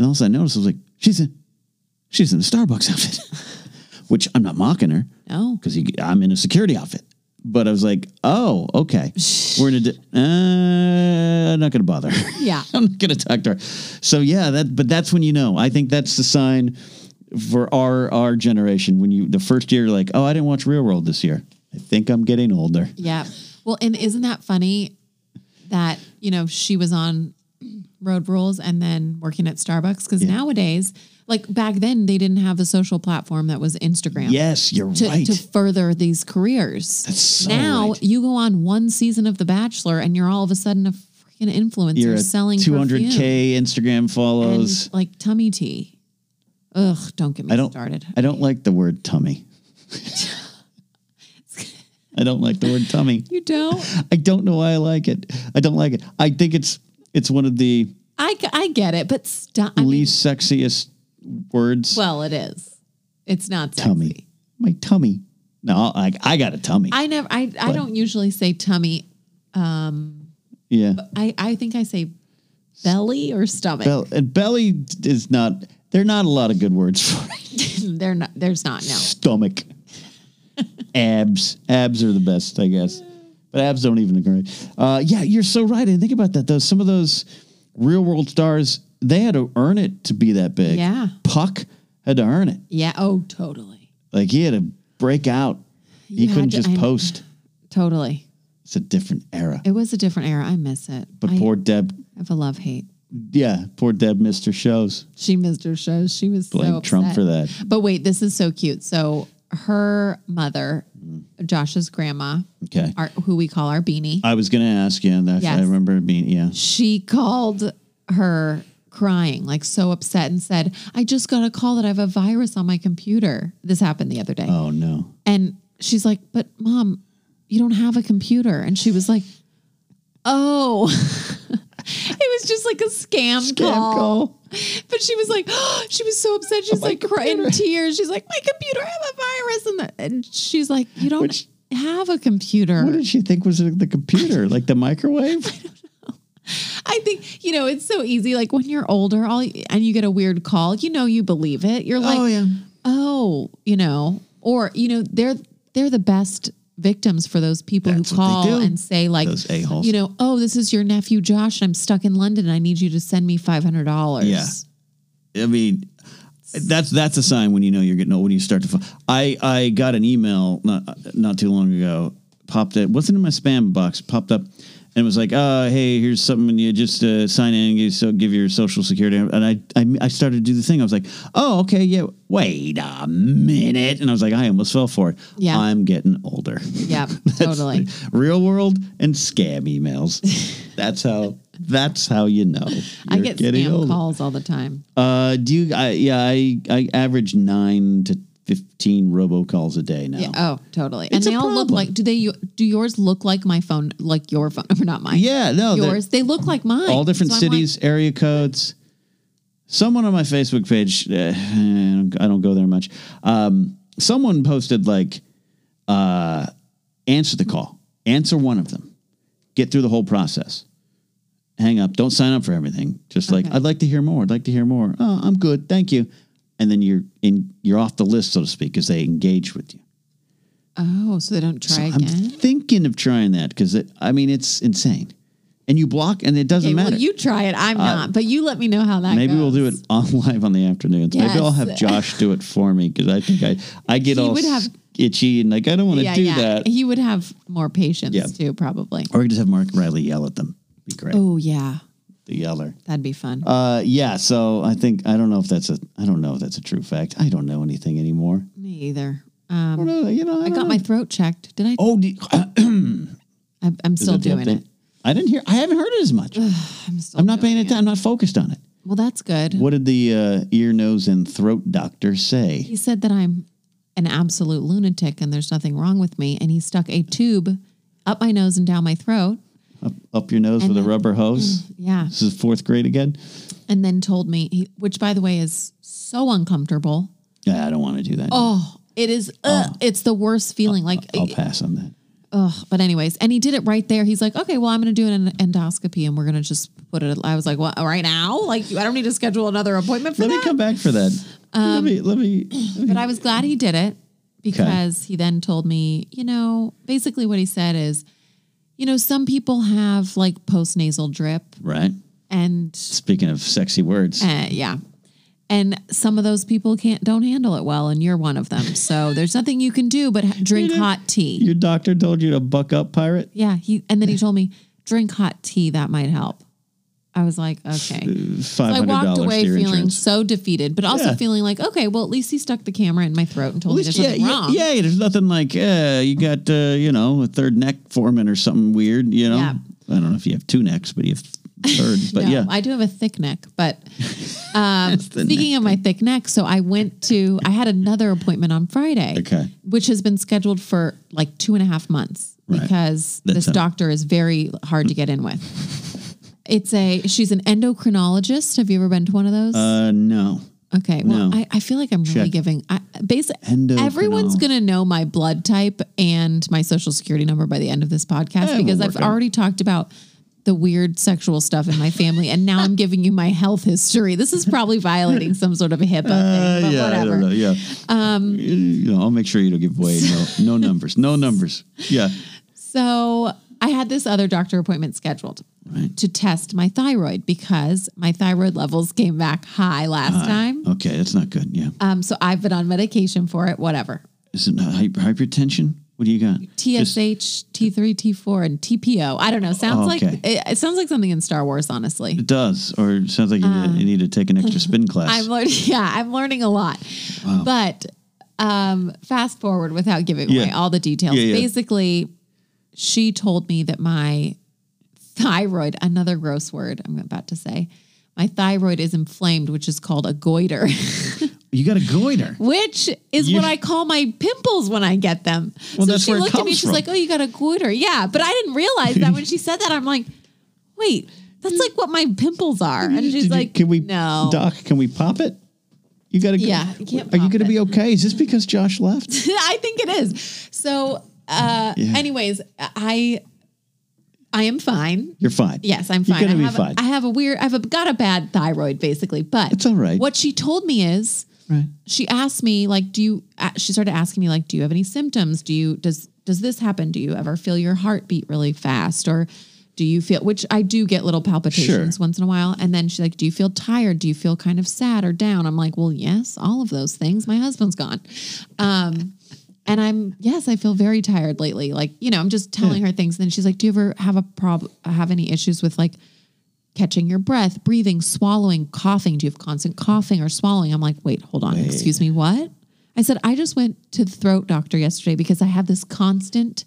S1: all of a sudden, I noticed I was like, she's in, she's in the Starbucks outfit, which I'm not mocking her
S2: No.
S1: because I'm in a security outfit. But I was like, oh, okay, we're in a. Di- uh, I'm not going to bother.
S2: Yeah.
S1: I'm not going to talk to her. So yeah, that. But that's when you know. I think that's the sign for our our generation when you the first year you're like, oh, I didn't watch Real World this year. I think I'm getting older.
S2: Yeah. Well, and isn't that funny that, you know, she was on road rules and then working at Starbucks? Because nowadays, like back then, they didn't have a social platform that was Instagram.
S1: Yes, you're
S2: To,
S1: right.
S2: to further these careers.
S1: so
S2: now
S1: right.
S2: you go on one season of The Bachelor and you're all of a sudden a freaking influencer
S1: you're at
S2: selling 200K
S1: 200k Instagram follows.
S2: and like tummy tea. Ugh, don't get me
S1: I don't.
S2: started.
S1: I don't like the word tummy. I don't like the word tummy.
S2: You don't?
S1: I don't know why I like it. I don't like it. I think it's it's one of the
S2: I, g- I get it, but stop. I mean,
S1: least sexiest words.
S2: well, it is. It's not sexy.
S1: tummy. My tummy. No, I I got a tummy.
S2: I never. I, I don't usually say tummy.
S1: yeah.
S2: I I think I say belly or stomach.
S1: Bell, and belly is not. There are not a lot of good words for it.
S2: They're not. There's not. No.
S1: stomach. abs. Abs are the best, I guess. But abs don't even occur. Uh, yeah, you're so right. I didn't think about that though. Some of those real world stars, they had to earn it to be that big.
S2: Yeah.
S1: Puck had to earn it.
S2: Yeah. Oh, totally.
S1: Like he had to break out. He
S2: You
S1: couldn't
S2: had
S1: just
S2: to- I-
S1: post.
S2: Totally.
S1: It's a different era.
S2: It was a different era. I miss it.
S1: But
S2: I
S1: poor Deb,
S2: have a love hate.
S1: yeah, poor Deb missed her shows.
S2: She missed her shows. She was
S1: Blame
S2: so
S1: Trump
S2: upset.
S1: for that.
S2: But wait, this is so cute. So her mother, Josh's grandma,
S1: Mm. Okay.
S2: our, who we call our beanie,
S1: I was gonna ask you, and I, I
S2: Yes.
S1: remember it being yeah.
S2: she called her crying, like so upset, and said, I just got a call that I have a virus on my computer. This happened the other day.
S1: Oh no,
S2: And she's like, But mom, you don't have a computer. And she was like, Oh, it was just like a scam,
S1: Scam call. Oh
S2: But she was like, she was so upset. She's
S1: My
S2: like crying in tears. She's like, my computer had a virus, and, the, and she's like, you don't
S1: Which-
S2: have a computer.
S1: What did she think was in the computer? Like the microwave?
S2: I think you know it's so easy. Like when you're older, all and you get a weird call, you know you believe it. You're like,
S1: Oh, yeah.
S2: oh, you know, or you know, they're they're the best victims for those people
S1: That's
S2: who
S1: what they
S2: call
S1: do.
S2: and say like,
S1: Those a-holes.
S2: you know, oh, this is your nephew Josh, and I'm stuck in London. And I need you to send me five hundred dollars.
S1: Yeah. I mean, that's that's a sign when you know you're getting old. When you start to, fall. I I got an email not not too long ago. Popped it wasn't in my spam box. Popped up and it was like, uh, hey, here's something you just uh, sign in. You so give your social security. And I, I I started to do the thing. I was like, oh, okay, yeah. Wait a minute. And I was like, I almost fell for it.
S2: Yeah.
S1: I'm getting older.
S2: Yep,
S1: That's
S2: totally.
S1: the Real world and scam emails. that's how. That's how you know.
S2: I
S1: you're
S2: get
S1: getting
S2: scam
S1: older.
S2: calls all the time.
S1: Uh, do you? I, yeah, I I average nine to fifteen robocalls a day now.
S2: Yeah.
S1: Yeah,
S2: Oh, totally.
S1: It's
S2: and they
S1: a
S2: all look
S1: problem.
S2: like. Do they? Do yours look like my phone? Like your phone? Not mine.
S1: no, they're
S2: Yours. They look like mine.
S1: all different
S2: So I'm like,
S1: cities, area codes. Someone on my Facebook page, uh, I don't- I don't go there much. Um, someone posted like, uh, answer the call, answer one of them, get through the whole process. Hang up. Don't sign up for everything. Just like
S2: Okay.
S1: I'd like to hear more. I'd like to hear more. Oh, I'm good. Thank you. And then you're in. You're off the list, so to speak, because they engage with you.
S2: Oh, so they don't try
S1: I'm
S2: again.
S1: thinking of trying that because I mean it's insane, and you block, and it doesn't
S2: Okay,
S1: matter.
S2: well, you try it. I'm not, but you let me know how that
S1: Uh, Maybe
S2: goes.
S1: we'll do it on live on the afternoons. Maybe I'll have
S2: Yes.
S1: Josh do it for me because I think I I get
S2: He
S1: all
S2: would have-
S1: itchy and like I don't want to do that.
S2: He would have more patience
S1: Yeah.
S2: too, probably.
S1: Or we could just have Mark Riley yell at them. Be great,
S2: Oh yeah,
S1: the yeller.
S2: that'd be fun.
S1: Uh, yeah. So I think I don't know if that's a I don't know if that's a true fact. I don't know anything anymore.
S2: me either.
S1: I
S2: Um,
S1: don't know, you know, I,
S2: I
S1: don't
S2: got
S1: know.
S2: my throat checked. Did I?
S1: uh, oh. Do,
S2: I I'm still doing it. oh,
S1: I didn't hear. I haven't heard it as much.
S2: I'm still.
S1: I'm not
S2: doing
S1: paying
S2: it.
S1: attention. I'm not focused on it.
S2: Well, that's good.
S1: What did the uh, ear, nose, and throat doctor say?
S2: He said that I'm an absolute lunatic and there's nothing wrong with me, and he stuck a tube up my nose and down my throat.
S1: Up, up your nose with a
S2: then- Mm-hmm.
S1: rubber hose.
S2: Yeah,
S1: This is fourth grade again.
S2: and then told me, he, which by the way is so uncomfortable.
S1: Yeah, I don't want to do that.
S2: Oh, it is. Uh, It's the worst feeling. Like,
S1: I'll pass on that.
S2: oh, but anyways, and he did it right there. He's like, okay, well, I'm going to do an endoscopy, and we're going to just put it. I was like, what? Right now? Like, I don't need to schedule another appointment for
S1: Let me
S2: that.
S1: come back for that.
S2: Um,
S1: let me. Let me. let me-
S2: But I was glad he did it because he then told me, you know, basically what he said is, you know, some people have like post nasal drip,
S1: right.
S2: and
S1: Speaking of sexy words,
S2: uh, yeah. And some of those people can't don't handle it well, and you're one of them. So there's nothing you can do but ha- drink hot tea.
S1: your doctor told you to buck up, pirate.
S2: Yeah, he and then he told me drink hot tea. That might help. I was like, okay.
S1: Uh, Five
S2: I
S1: hundred
S2: walked
S1: dollars to
S2: away
S1: your
S2: feeling
S1: insurance.
S2: so defeated, but also
S1: Yeah.
S2: feeling like, okay, well, at least he stuck the camera in my throat and told
S1: At
S2: me
S1: least-
S2: there's
S1: yeah,
S2: nothing
S1: yeah,
S2: wrong.
S1: yeah, there's nothing like uh, you got uh, you know a third neck forming or something weird. You know,
S2: Yeah.
S1: I don't know if you have two necks, but you have third. But
S2: No,
S1: yeah,
S2: I do have a thick neck, but um, speaking of my thick neck, so I went to I had another appointment on Friday,
S1: Okay.
S2: which has been scheduled for like two and a half months
S1: Right.
S2: because
S1: That's
S2: this
S1: a-
S2: doctor is very hard to get in with. It's a she's an endocrinologist. Have you ever been to one of those?
S1: uh, no,
S2: Okay. Well,
S1: No.
S2: I, I feel like I'm really
S1: Check.
S2: giving. I, basically,
S1: Endocrinology.
S2: everyone's going to know my blood type and my social security number by the end of this podcast
S1: Eh,
S2: because
S1: we'll
S2: I've
S1: work on it.
S2: already talked about the weird sexual stuff in my family, and now I'm giving you my health history. This is probably violating some sort of a HIPAA
S1: Uh,
S2: thing, but
S1: yeah, I
S2: whatever.
S1: don't know. Yeah. Um, you know, I'll make sure you don't give away no, no numbers. No numbers. Yeah.
S2: So I had this other doctor appointment scheduled to test my thyroid because my thyroid levels came back high last time.
S1: Okay, that's not good. Yeah.
S2: Um, so I've been on medication for it. Whatever.
S1: Is it not hyper, hypertension? What do you got? Just- Oh,
S2: TSH, T3, T4, and TPO. I don't know. Sounds
S1: Okay.
S2: like it, it sounds like something in Star Wars. Honestly,
S1: it does, or it sounds like you, need, you need to take an extra spin class.
S2: I'm learning. Yeah, I'm learning a lot. But um, fast forward without giving away
S1: Yeah.
S2: all the details.
S1: Yeah, yeah.
S2: Basically, she told me that my thyroid, another gross word I'm about to say, my thyroid is inflamed, which is called a goiter.
S1: you got a goiter.
S2: which is
S1: You-
S2: what I call my pimples when I get them.
S1: Well,
S2: so
S1: that's
S2: she
S1: where it
S2: looked at me,
S1: comes
S2: she's
S1: from.
S2: like, Oh, you got a goiter. Yeah. But I didn't realize that when she said that. I'm like, wait, That's like what my pimples are. And
S1: Did
S2: she's
S1: you-
S2: like,
S1: can we,
S2: no.
S1: Doc? Can we pop it? You gotta. go-
S2: Yeah, you can't
S1: Are you
S2: pop
S1: gonna
S2: it.
S1: be okay? Is this because Josh left?
S2: I think it is. So, uh,
S1: Yeah.
S2: anyways, I I am fine.
S1: You're fine.
S2: Yes, I'm
S1: You're
S2: fine.
S1: gonna
S2: I
S1: be
S2: have
S1: fine.
S2: A, I have a weird. I've a, got a bad thyroid, basically. But
S1: It's all right.
S2: What she told me is,
S1: right.
S2: she asked me like, do you? uh, She started asking me like, do you have any symptoms? Do you does does this happen? Do you ever feel your heart beat really fast or? Do you feel, which I do get little palpitations
S1: Sure.
S2: once in a while. And then she's like, Do you feel tired? Do you feel kind of sad or down? I'm like, Well, yes, all of those things. My husband's gone. Um, and I'm yes, I feel very tired lately. Like you know, I'm just telling her things. And then she's like, "Do you ever have a problem? Have any issues with like catching your breath, breathing, swallowing, coughing? Do you have constant coughing or swallowing?" I'm like, "Wait, hold on. Excuse me, what?" I said, "I just went to the throat doctor yesterday because I have this constant."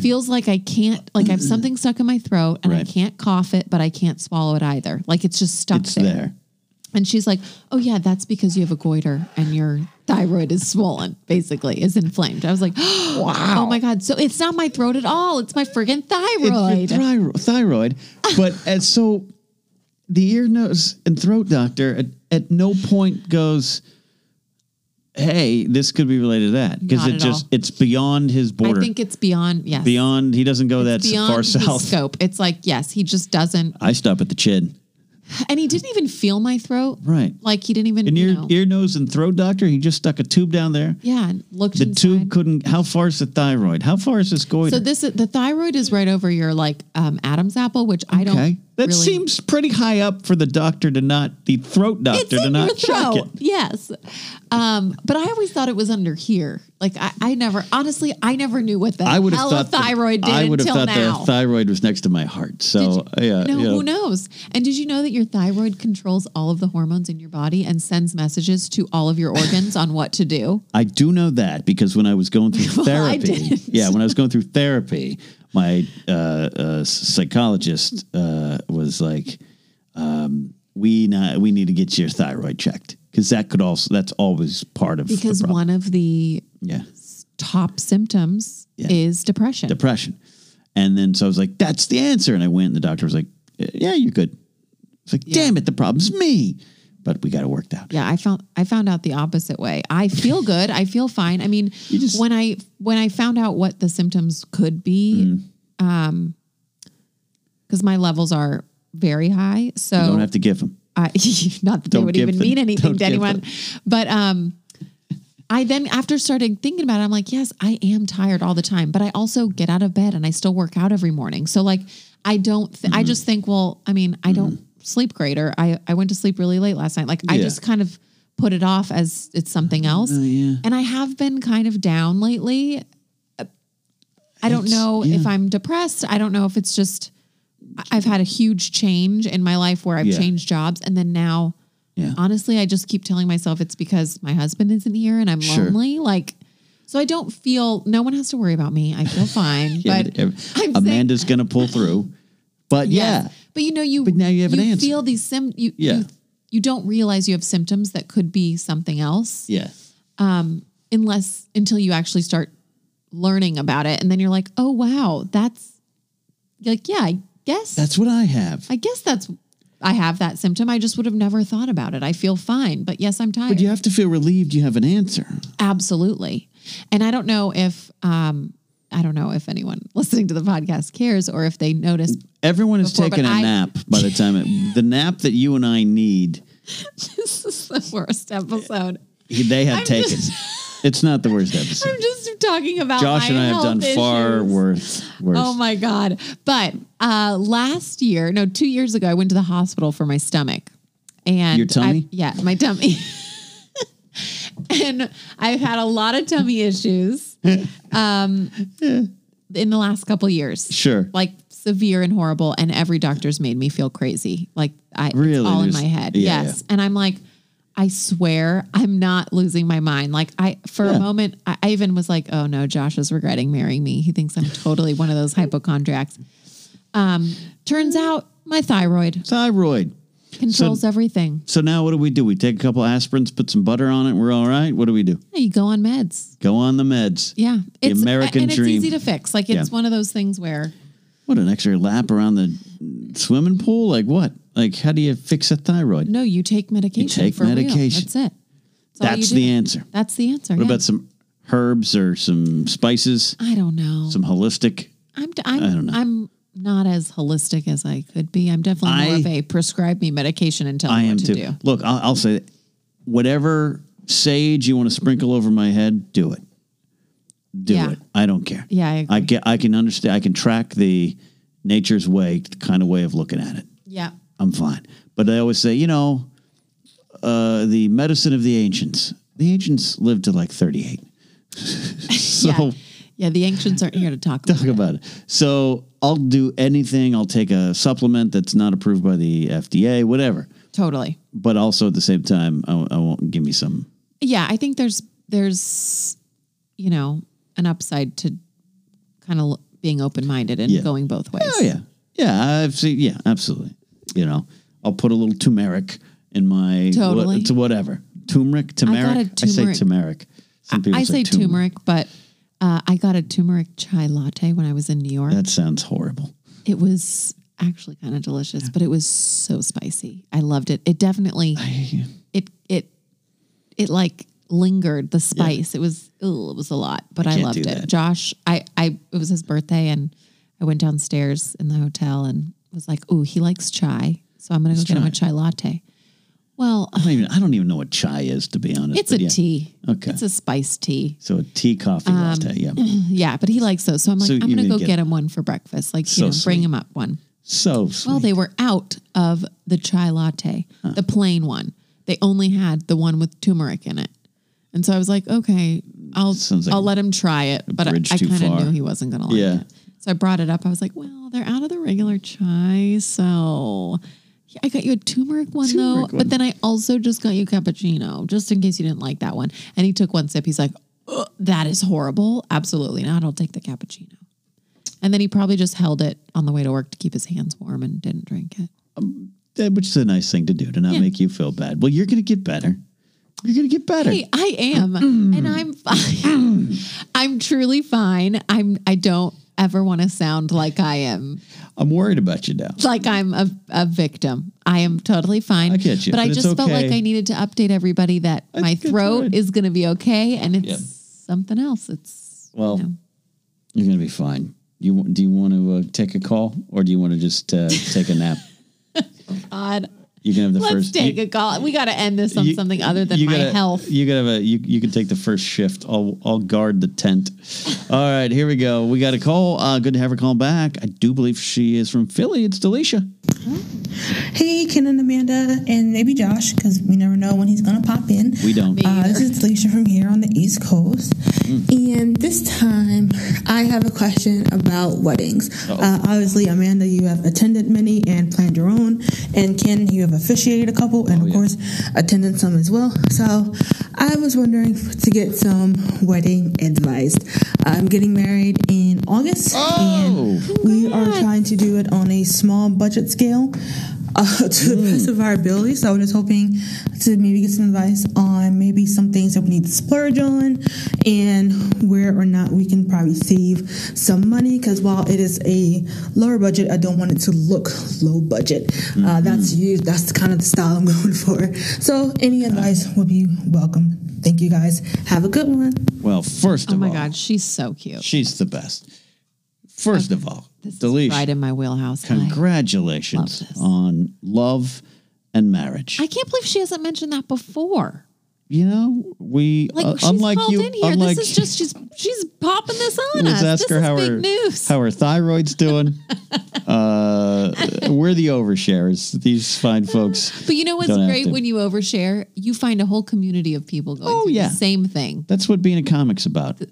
S2: feels like I can't like I have something stuck in my throat and I
S1: Right.
S2: can't cough it, but I can't swallow it either. Like it's just stuck
S1: It's there.
S2: and she's like, "Oh yeah, that's because you have a goiter and your thyroid is swollen, basically is inflamed." I was like, "Wow, oh my god!" So it's not my throat at all; it's my friggin' thyroid.
S1: It's your thyro- thyroid. But and so the ear, nose, and throat doctor at, at no point goes, "Hey, this could be related to that," because
S2: Not
S1: it
S2: at
S1: just
S2: all.
S1: it's beyond his
S2: I
S1: border.
S2: think it's beyond yes,
S1: beyond he doesn't go that s-
S2: beyond
S1: far
S2: his
S1: south.
S2: scope. It's like yes, he just doesn't,
S1: I stop at the chin.
S2: and he didn't even feel my throat.
S1: Right.
S2: like he didn't even
S1: And
S2: you
S1: ear,
S2: know,
S1: ear, nose, and throat doctor, he just stuck a tube down there.
S2: yeah and looked
S1: The
S2: inside.
S1: tube couldn't. How far is the thyroid? How far is this goiter?
S2: So this is- the thyroid is right over your like um, Adam's apple, which I don't.
S1: okay, that
S2: really-
S1: seems pretty high up for the doctor to not the throat doctor
S2: it's
S1: to
S2: in
S1: not
S2: your
S1: check
S2: throat.
S1: it.
S2: Yes, um, but I always thought it was under here. Like I, I never, honestly, I never knew what the
S1: I would have
S2: hell a
S1: thought that-
S2: thyroid did
S1: I would have
S2: until
S1: thought
S2: now.
S1: the thyroid was next to my heart. So uh, yeah,
S2: no,
S1: yeah.
S2: who knows? And did you know that your thyroid controls all of the hormones in your body and sends messages to all of your organs on what to do?
S1: I do know that because when I was going through
S2: Well, I
S1: therapy,
S2: didn't.
S1: yeah, when I was going through therapy, my uh, uh, psychologist uh, was like, um, "We not, we need to get your thyroid checked because that could also that's always part of the
S2: Because
S1: problem.
S2: one of the
S1: yeah
S2: top symptoms
S1: Yeah.
S2: is depression.
S1: depression." And then so I was like, "That's the answer," and I went, and the doctor was like, "Uh, "Yeah, you're good." It's like, "Damn it, the problem's me," but we got it worked out.
S2: Yeah, I found I found out the opposite way. I feel good. I feel fine. I mean,
S1: just-
S2: when I when I found out what the symptoms could be,
S1: Mm.
S2: um, because my levels are very high, so
S1: You don't have to give them.
S2: I, not that they
S1: Don't
S2: would
S1: give
S2: even
S1: the-
S2: mean anything
S1: don't
S2: to
S1: give
S2: anyone,
S1: the-
S2: but um, I then after started thinking about it, I'm like, yes, I am tired all the time, but I also get out of bed and I still work out every morning. So like, I don't. Th-
S1: Mm-hmm.
S2: I just think, well, I mean, I don't sleep great, or I I went to sleep really late last night. Like, I
S1: Yeah. Mm-hmm.
S2: just kind of put it off as it's something else.
S1: yeah.
S2: And I have been kind of down lately. Uh, I don't
S1: It's-
S2: know
S1: yeah.
S2: if I'm depressed. I don't know if it's just I- I've had a huge change in my life where I've
S1: Yeah.
S2: changed jobs and then now
S1: Yeah.
S2: honestly I just keep telling myself it's because my husband isn't here and I'm
S1: Sure.
S2: lonely like so I don't feel no one has to worry about me. I feel fine.
S1: Yeah,
S2: but
S1: but
S2: I'm
S1: ev-
S2: saying-
S1: Amanda's going to pull through. But
S2: Yes.
S1: yeah,
S2: But you know, you
S1: But now you have an answer.
S2: feel these sim you,
S1: Yeah.
S2: you you don't realize you have symptoms that could be something else
S1: yeah,
S2: unless until you actually start learning about it and then you're like, oh wow, that's you're like, yeah, I guess
S1: that's what I have.
S2: I guess that's I have that symptom. I just would have never thought about it. I feel fine, but yes, I'm tired.
S1: but you have to feel relieved you have an answer.
S2: Absolutely. And I don't know if um I don't know if anyone listening to the podcast cares or if they notice
S1: Everyone has
S2: Before,
S1: taken a
S2: but I-
S1: nap by the time it, the nap that you and I need,
S2: this is the worst episode.
S1: they have
S2: I'm
S1: taken. it's not the worst
S2: I'm
S1: episode.
S2: just talking about
S1: Josh
S2: my
S1: and I have
S2: health
S1: done far
S2: issues.
S1: worse. worse.
S2: Oh my God. But uh, last year, no, two years ago, I went to the hospital for my stomach. And
S1: Your tummy?
S2: I- yeah, my tummy. and I've had a lot of tummy issues um, in the last couple years.
S1: Sure.
S2: Like severe and horrible. And every doctor's made me feel crazy. Like I, it's
S1: Really?
S2: all in
S1: There's-
S2: my head.
S1: yeah,
S2: yes. And I'm like, I swear I'm not losing my mind. Like I, for
S1: Yeah.
S2: a moment, I, I even was like, oh no, Josh is regretting marrying me. He thinks I'm totally one of those hypochondriacs. Um, turns out my thyroid
S1: Thyroid.
S2: controls everything.
S1: So now what do we do? We take a couple aspirins, put some butter on it, we're all right. What do we do?
S2: Yeah, You go on meds.
S1: Go on the meds.
S2: Yeah.
S1: The American
S2: and
S1: dream.
S2: it's easy to fix. Like it's
S1: Yeah.
S2: one of those things where
S1: What an extra lap around the Swimming pool? Like what? Like how do you fix a thyroid?
S2: No, you take medication.
S1: take
S2: for real.
S1: medication.
S2: That's it. all
S1: That's
S2: you do.
S1: the answer.
S2: That's the answer.
S1: What about some herbs or some spices?
S2: I don't know.
S1: Some holistic?
S2: I'm, d- I'm,
S1: I don't know.
S2: I'm not as holistic as I could be. I'm definitely more
S1: I-
S2: of a prescribe me medication and tell
S1: I
S2: me
S1: am
S2: what to
S1: too.
S2: do.
S1: Look, I'll, I'll say that. whatever sage you want to sprinkle over my head, do it. Do
S2: Yeah.
S1: it. I don't care.
S2: Yeah, I agree.
S1: get. I can understand. I can track the nature's way kind of way of looking at it.
S2: Yeah.
S1: I'm fine. But I always say, you know, uh, the medicine of the ancients. The ancients lived to like 38. so
S2: yeah. Yeah, the ancients aren't here to talk about
S1: talk about it. So I'll do anything. I'll take a supplement that's not approved by the FDA, whatever.
S2: it. Totally.
S1: But also at the same time, I, I won't give me some.
S2: Yeah, I think there's there's you know, an upside to kind of being open-minded and
S1: Yeah.
S2: going both ways.
S1: Oh yeah, yeah. I've seen. Yeah, absolutely. You know, I'll put a little turmeric in my
S2: Totally.
S1: what, to whatever turmeric. Turmeric. I, say
S2: turmeric-
S1: turmeric. Some people
S2: I say
S1: turmeric.
S2: turmeric, but uh, I got a turmeric chai latte when I was in New York.
S1: That sounds horrible.
S2: It was actually kind of delicious, but it was so spicy. I loved it. It definitely it it it like lingered the spice. It was ew, it was a lot, but I,
S1: can't
S2: loved
S1: do
S2: it.
S1: that.
S2: Josh, I I it was his birthday and I went downstairs in the hotel and was like, "Ooh, he likes chai, so I'm going to go get him
S1: try
S2: a chai latte." Well, uh,
S1: I don't even. I don't even know what chai is to be honest.
S2: it's a
S1: but yeah.
S2: tea.
S1: Okay.
S2: It's a spice tea.
S1: So a tea coffee latte. Yeah.
S2: Um, Yeah, but he likes those. So I'm like,
S1: So
S2: I'm
S1: you
S2: going to
S1: didn't
S2: go
S1: get
S2: get, him one for breakfast. Like,
S1: So
S2: you know, bring
S1: sweet.
S2: him up one.
S1: So sweet.
S2: Well, they were out of the chai latte, the plain one. They only had the one with turmeric in it. And so I was like, okay, I'll
S1: Sounds like
S2: I'll let him try it, but I,
S1: bridge
S2: I
S1: too
S2: kind of
S1: far.
S2: knew he wasn't going to like
S1: Yeah.
S2: it. So I brought it up. I was like, well, they're out of the regular chai, so Yeah, I got you a turmeric one
S1: Turmeric
S2: though,
S1: one.
S2: but then I also just got you cappuccino just in case you didn't like that one. And he took one sip. He's like, "Ugh, that is horrible. Absolutely not. I'll take the cappuccino. And then he probably just held it on the way to work to keep his hands warm and didn't drink it.
S1: That- which is a nice thing to do to not make you feel bad. Well, you're going to get better. You're going to get better.
S2: Hey, I am, Mm-hmm. and I'm fine. I'm truly fine. I'm. I don't ever want to sound like I am,
S1: I'm worried about you now.
S2: like I'm a, a victim. I am totally fine.
S1: I get you,
S2: but I
S1: but it's
S2: just felt like
S1: okay.
S2: I needed to update everybody that my
S1: think it's
S2: throat
S1: fine.
S2: is going to be okay, and it's
S1: Yeah.
S2: something else. It's
S1: Well, you're going to be fine. You wa- do you want to uh, take a call or do you want to just uh, take a nap?
S2: God.
S1: You're going to have the
S2: Let's
S1: first.
S2: take
S1: you-
S2: a call. We got to end this on
S1: you-
S2: something other than
S1: you
S2: my
S1: gotta-
S2: health.
S1: You gotta have a. You, you can take the first shift. I'll I'll guard the tent. All right, here we go. We got a call. Uh, good to have her call back. I do believe she is from Philly. It's Delisha.
S3: Hey, Ken and Amanda, and maybe Josh, because we never know when he's going to pop in.
S1: We don't.
S3: Uh, this is Leisha from here on the East Coast.
S1: Mm.
S3: And this time, I have a question about weddings. Uh, obviously, Amanda, you have attended many and planned your own. And Ken, you have officiated a couple and, of
S1: Oh, yeah.
S3: course, attended some as well. So I was wondering to get some wedding advice. I'm getting married in August.
S1: Oh.
S3: And we are trying to do it on a small budget scale uh, to the best of our ability. So I was just hoping to maybe get some advice on maybe some things that we need to splurge on and where or not we can probably save some money. Because while it is a lower budget, I don't want it to look low budget. Uh, that's you. That's kind of the style I'm going for. So any advice would be welcome. Thank you guys. Have a good one.
S1: Well, first
S2: Oh
S1: of
S2: my
S1: all,
S2: God, she's so cute.
S1: she's the best. First of all, Delisha.
S2: Right in my wheelhouse. and I-
S1: Congratulations
S2: Love this.
S1: on love and marriage.
S2: I can't believe she hasn't mentioned that before.
S1: you know, we
S2: Like
S1: uh,
S2: she's
S1: unlike
S2: called
S1: you,
S2: in here.
S1: unlike
S2: this is just she's she's popping this on
S1: let's
S2: us.
S1: ask
S2: this
S1: her
S2: is
S1: how
S2: big
S1: her
S2: news.
S1: how her thyroid's doing. uh, we're the overshares. These fine folks.
S2: Uh, but you know what's
S1: Don't have
S2: great
S1: to.
S2: when you overshare? You find a whole community of people going
S1: Oh,
S2: through
S1: yeah.
S2: the same thing.
S1: That's what being a comic's about.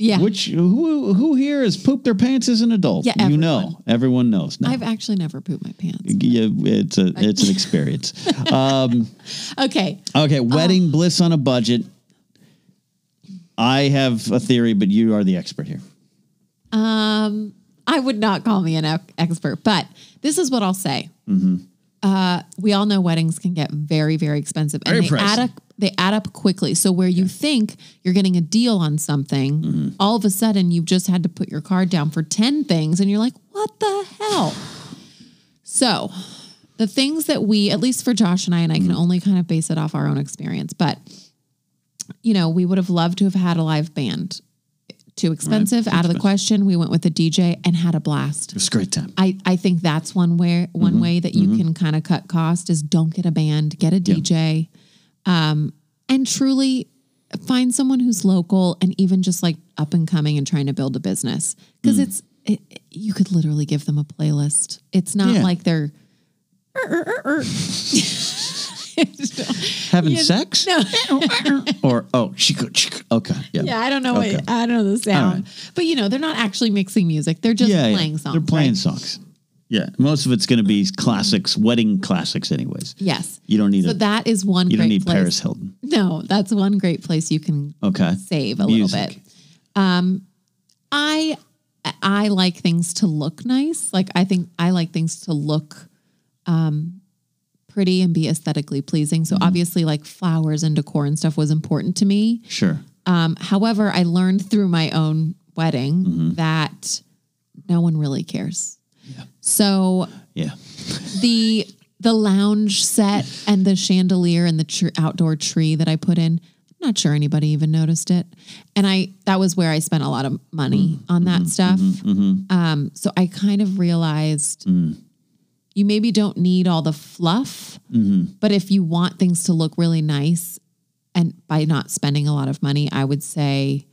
S2: Yeah.
S1: Which who who here has pooped their pants as an adult?
S2: Yeah,
S1: you
S2: everyone.
S1: know, everyone knows now.
S2: I've actually never pooped my pants.
S1: yeah, it's a it's an experience. Mm.
S2: Okay.
S1: Okay, wedding bliss on a budget. I have a theory, but you are the expert here.
S2: I would not call me an ec- expert, but this is what I'll say.
S1: Mm-hmm.
S2: Uh, we all know weddings can get very, very expensive, and
S1: Very
S2: they add
S1: pricey.
S2: up. They add up quickly. So where you think you're getting a deal on something,
S1: Mm-hmm.
S2: all of a sudden you've just had to put your card down for ten things, and you're like, "What the hell?" So, the things that we, at least for Josh and I, and I can only kind of base it off our own experience, but you know, we would have loved to have had a live band. Too expensive, out of the question. We went with a DJ and had a blast.
S1: was a great time.
S2: I, I think that's one where one
S1: Mm-hmm.
S2: way that you can kind of cut cost is don't get a band, get a DJ, um, and truly find someone who's local and even just like up and coming and trying to build a business because
S1: Mm.
S2: it's it, it- you could literally give them a playlist. It's not
S1: Yeah.
S2: like they're
S1: Having sex? or oh, she go, she go- okay, yeah,
S2: yeah I don't know
S1: Okay.
S2: what I don't know the sound, but you know they're not actually mixing music. They're just
S1: yeah, yeah.
S2: playing songs.
S1: They're playing
S2: right?
S1: songs. Yeah, most of it's going to be classics, wedding classics, anyways.
S2: Yes,
S1: You don't need
S2: so
S1: a,
S2: that is one.
S1: you
S2: great
S1: don't need
S2: place.
S1: Paris Hilton.
S2: No, that's one great place you can
S1: Okay,
S2: save a
S1: Music.
S2: little bit. Um, I I like things to look nice. Like I think I like things to look um, pretty and be aesthetically pleasing.
S1: Mm-hmm.
S2: So obviously, like flowers and decor and stuff was important to me.
S1: sure.
S2: Um, however, I learned through my own wedding
S1: Mm-hmm.
S2: that no one really cares. So
S1: Yeah,
S2: the the lounge set and the chandelier and the tr- outdoor tree that I put in. I'm not sure anybody even noticed it. And I that was where I spent a lot of money on that stuff. Um, so I kind of realized you maybe don't need all the fluff, but if you want things to look really nice, and by not spending a lot of money, I would say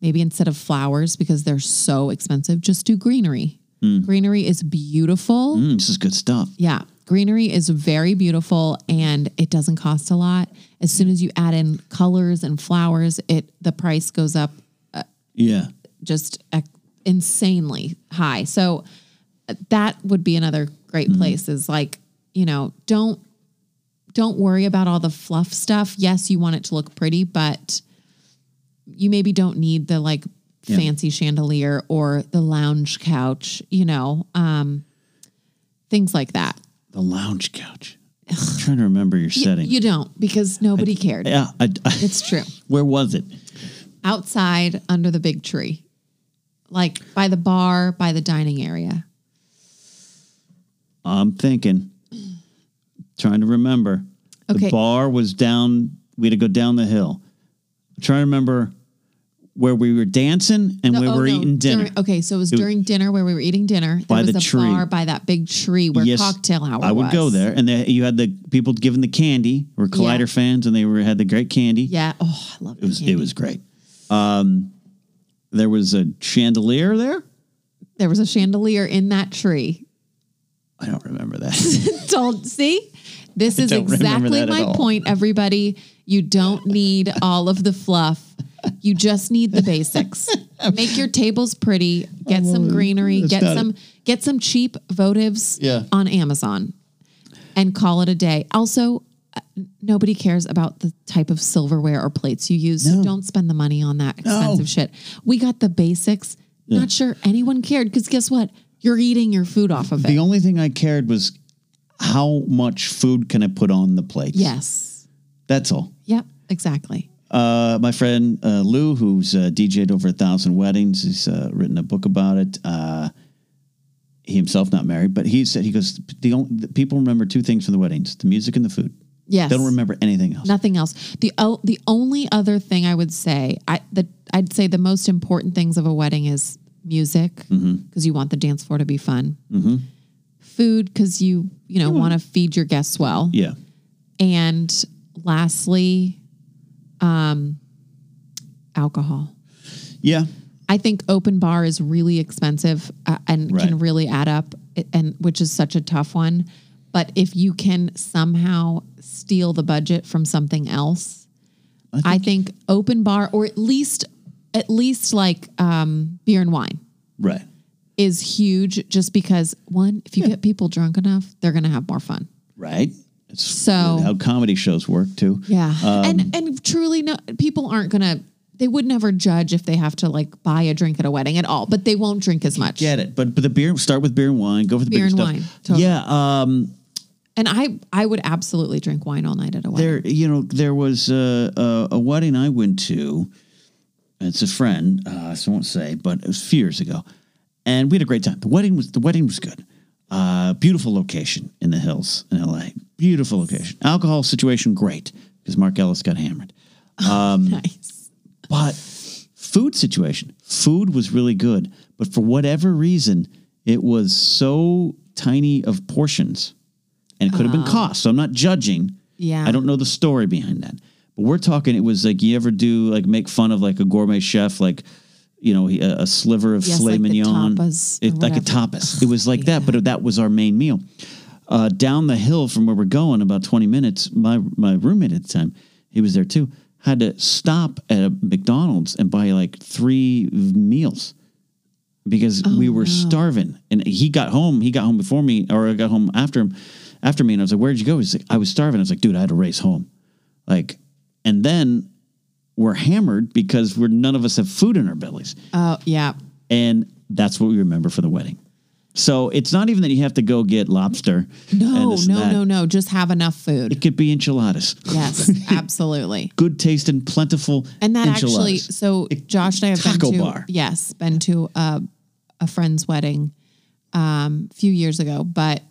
S2: maybe instead of flowers because they're so expensive, just do greenery. Greenery is beautiful.
S1: Mm, this is good stuff.
S2: Yeah. Greenery is very beautiful and it doesn't cost a lot. As soon as you add in colors and flowers, it the price goes up
S1: Yeah,
S2: just ec- insanely high. So uh, that would be another great place is like, you know, don't don't worry about all the fluff stuff. Yes, you want it to look pretty, but you maybe don't need the like fancy chandelier or the lounge couch, you know, um things like that.
S1: the lounge couch. I'm trying to remember your setting.
S2: You don't because nobody cared.
S1: yeah, I, I-
S2: It's true.
S1: where was it?
S2: Outside under the big tree, like by the bar, by the dining area.
S1: I'm thinking, trying to remember. The
S2: Okay.
S1: bar was down. We had to go down the hill. I'm trying to remember where we were dancing and where we
S2: Oh,
S1: were
S2: no,
S1: eating dinner.
S2: during- okay, so it was during dinner where we were eating dinner. There
S1: By
S2: was
S1: the
S2: a
S1: tree.
S2: bar by that big tree where cocktail hour
S1: I would
S2: was.
S1: go there, and they, you had the people giving the candy. Were Collider
S2: Yeah.
S1: fans, and they were had the great candy.
S2: Yeah. Oh, I love
S1: it was it was great. Um, there was a chandelier there.
S2: There was a chandelier in that tree.
S1: I don't remember that.
S2: Told, see, this is
S1: don't remember that
S2: exactly
S1: at
S2: my
S1: all.
S2: point, everybody. You don't need all of the fluff. You just need the basics. Make your tables pretty. Get some greenery.
S1: Oh, That's
S2: Get
S1: not
S2: some get some cheap votives
S1: Yeah.
S2: on Amazon, and call it a day. Also, uh, nobody cares about the type of silverware or plates you use. So don't spend the money on that expensive shit. We got the basics. Not sure anyone cared because guess what? You're eating your food off of it.
S1: the only thing I cared was how much food can I put on the plate.
S2: yes.
S1: that's all.
S2: Yep, exactly.
S1: Uh, my friend uh, Lou, who's uh, DJ'd over a thousand weddings, he's uh, written a book about it. Uh, he himself not married, but he said he goes. The, only, the people remember two things from the weddings: the music and the food.
S2: Yes.
S1: They don't remember anything else.
S2: Nothing else. The o- the only other thing I would say, I the I'd say the most important things of a wedding is music because
S1: Mm-hmm.
S2: you want the dance floor to be fun. Food because you you know want to feed your guests well.
S1: Yeah.
S2: And lastly, um, alcohol.
S1: Yeah.
S2: I think open bar is really expensive uh, and
S1: Right.
S2: can really add up, i- and which is such a tough one. But if you can somehow steal the budget from something else, I think, open bar or at least at least like um, beer and wine
S1: Right.
S2: is huge. Just because one, if you get people drunk enough, they're going to have more fun.
S1: Right. It's
S2: So-
S1: how comedy shows work too.
S2: Yeah, and and truly, no, people aren't going to. They would never judge if they have to like buy a drink at a wedding at all, but they won't drink as much.
S1: Get it. But but the beer start with beer and wine. Go for the
S2: Beer
S1: bigger
S2: and
S1: stuff.
S2: wine, totally.
S1: Yeah. Um.
S2: And I I would absolutely drink wine all night at a wedding.
S1: There. You know. There was a a, a wedding I went to. It's a friend. Uh, so I won't say, but it was a few years ago, and we had a great time. The wedding was the wedding was good. Uh, beautiful location in the hills in LA. Beautiful location. Alcohol situation, great, because Mark Ellis got hammered.
S2: nice.
S1: But food situation, food was really good. But for whatever reason, it was so tiny of portions and it could have been cost. So I'm not judging.
S2: Yeah.
S1: I don't know the story behind that. But we're talking, it was like you ever do like make fun of like a gourmet chef, like, you know, he- a, a sliver of
S2: Yes,
S1: filet
S2: like the
S1: mignon.
S2: tapas or
S1: it, like a
S2: whatever.
S1: tapas. It was like that, but that was our main meal. Uh, down the hill from where we're going, about 20 minutes, my, my roommate at the time, he was there too, had to stop at a McDonald's and buy like three meals because
S2: Oh,
S1: we were starving. And he got home, he got home before me, or I got home after him, after me. And I was like, Where'd you go? He's like, I was starving. I was like, Dude, I had to race home. Like, and then we're hammered because we're none of us have food in our bellies.
S2: Oh, yeah.
S1: And that's what we remember for the wedding. So it's not even that you have to go get lobster. and
S2: Oh, No,
S1: this and
S2: no,
S1: that.
S2: no, no. Just have enough food.
S1: It could be enchiladas.
S2: Yes, absolutely.
S1: Good taste and plentiful.
S2: And that
S1: enchiladas.
S2: actually, so Josh and I have
S1: Taco
S2: been to
S1: bar.
S2: yes, been to a, a friend's wedding um, a few years ago, but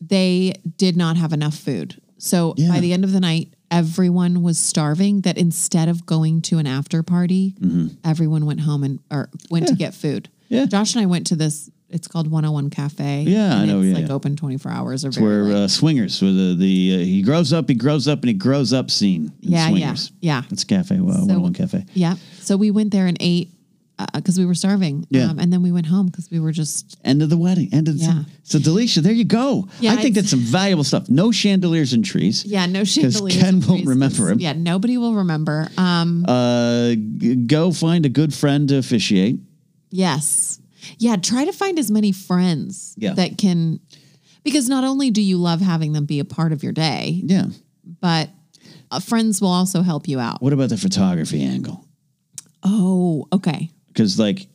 S2: they did not have enough food. So
S1: Yeah.
S2: by the end of the night, everyone was starving. That instead of going to an after party, everyone went home and or went to get food.
S1: Mm-hmm. Yeah.
S2: Josh and I went to this. It's called 101 Cafe.
S1: Yeah, I
S2: and
S1: know,
S2: It's
S1: yeah,
S2: like
S1: yeah.
S2: open 24 hours or very
S1: where
S2: late.
S1: uh, swingers where the the uh, he grows up, he grows up, and he grows up scene. in
S2: Yeah, yeah,
S1: swingers.
S2: yeah.
S1: It's cafe. Well, one one cafe.
S2: Yeah. So we went there and ate because we were starving.
S1: Yeah.
S2: Um, and then we went home because we were just,
S1: End of the wedding. End of the
S2: Yeah.
S1: so Delisha, there you go.
S2: Yeah,
S1: I think
S2: I-
S1: that's some valuable stuff. No chandeliers and trees.
S2: yeah, no
S1: Because
S2: chandeliers.
S1: Ken
S2: and
S1: won't
S2: trees.
S1: remember him.
S2: Yeah, nobody will remember. Um,
S1: Uh, g- go find a good friend to officiate.
S2: yes. Yeah, try to find as many friends
S1: Yeah.
S2: that can, because not only do you love having them be a part of your day,
S1: Yeah.
S2: but uh, friends will also help you out.
S1: What about the photography angle?
S2: Oh, okay.
S1: Because like,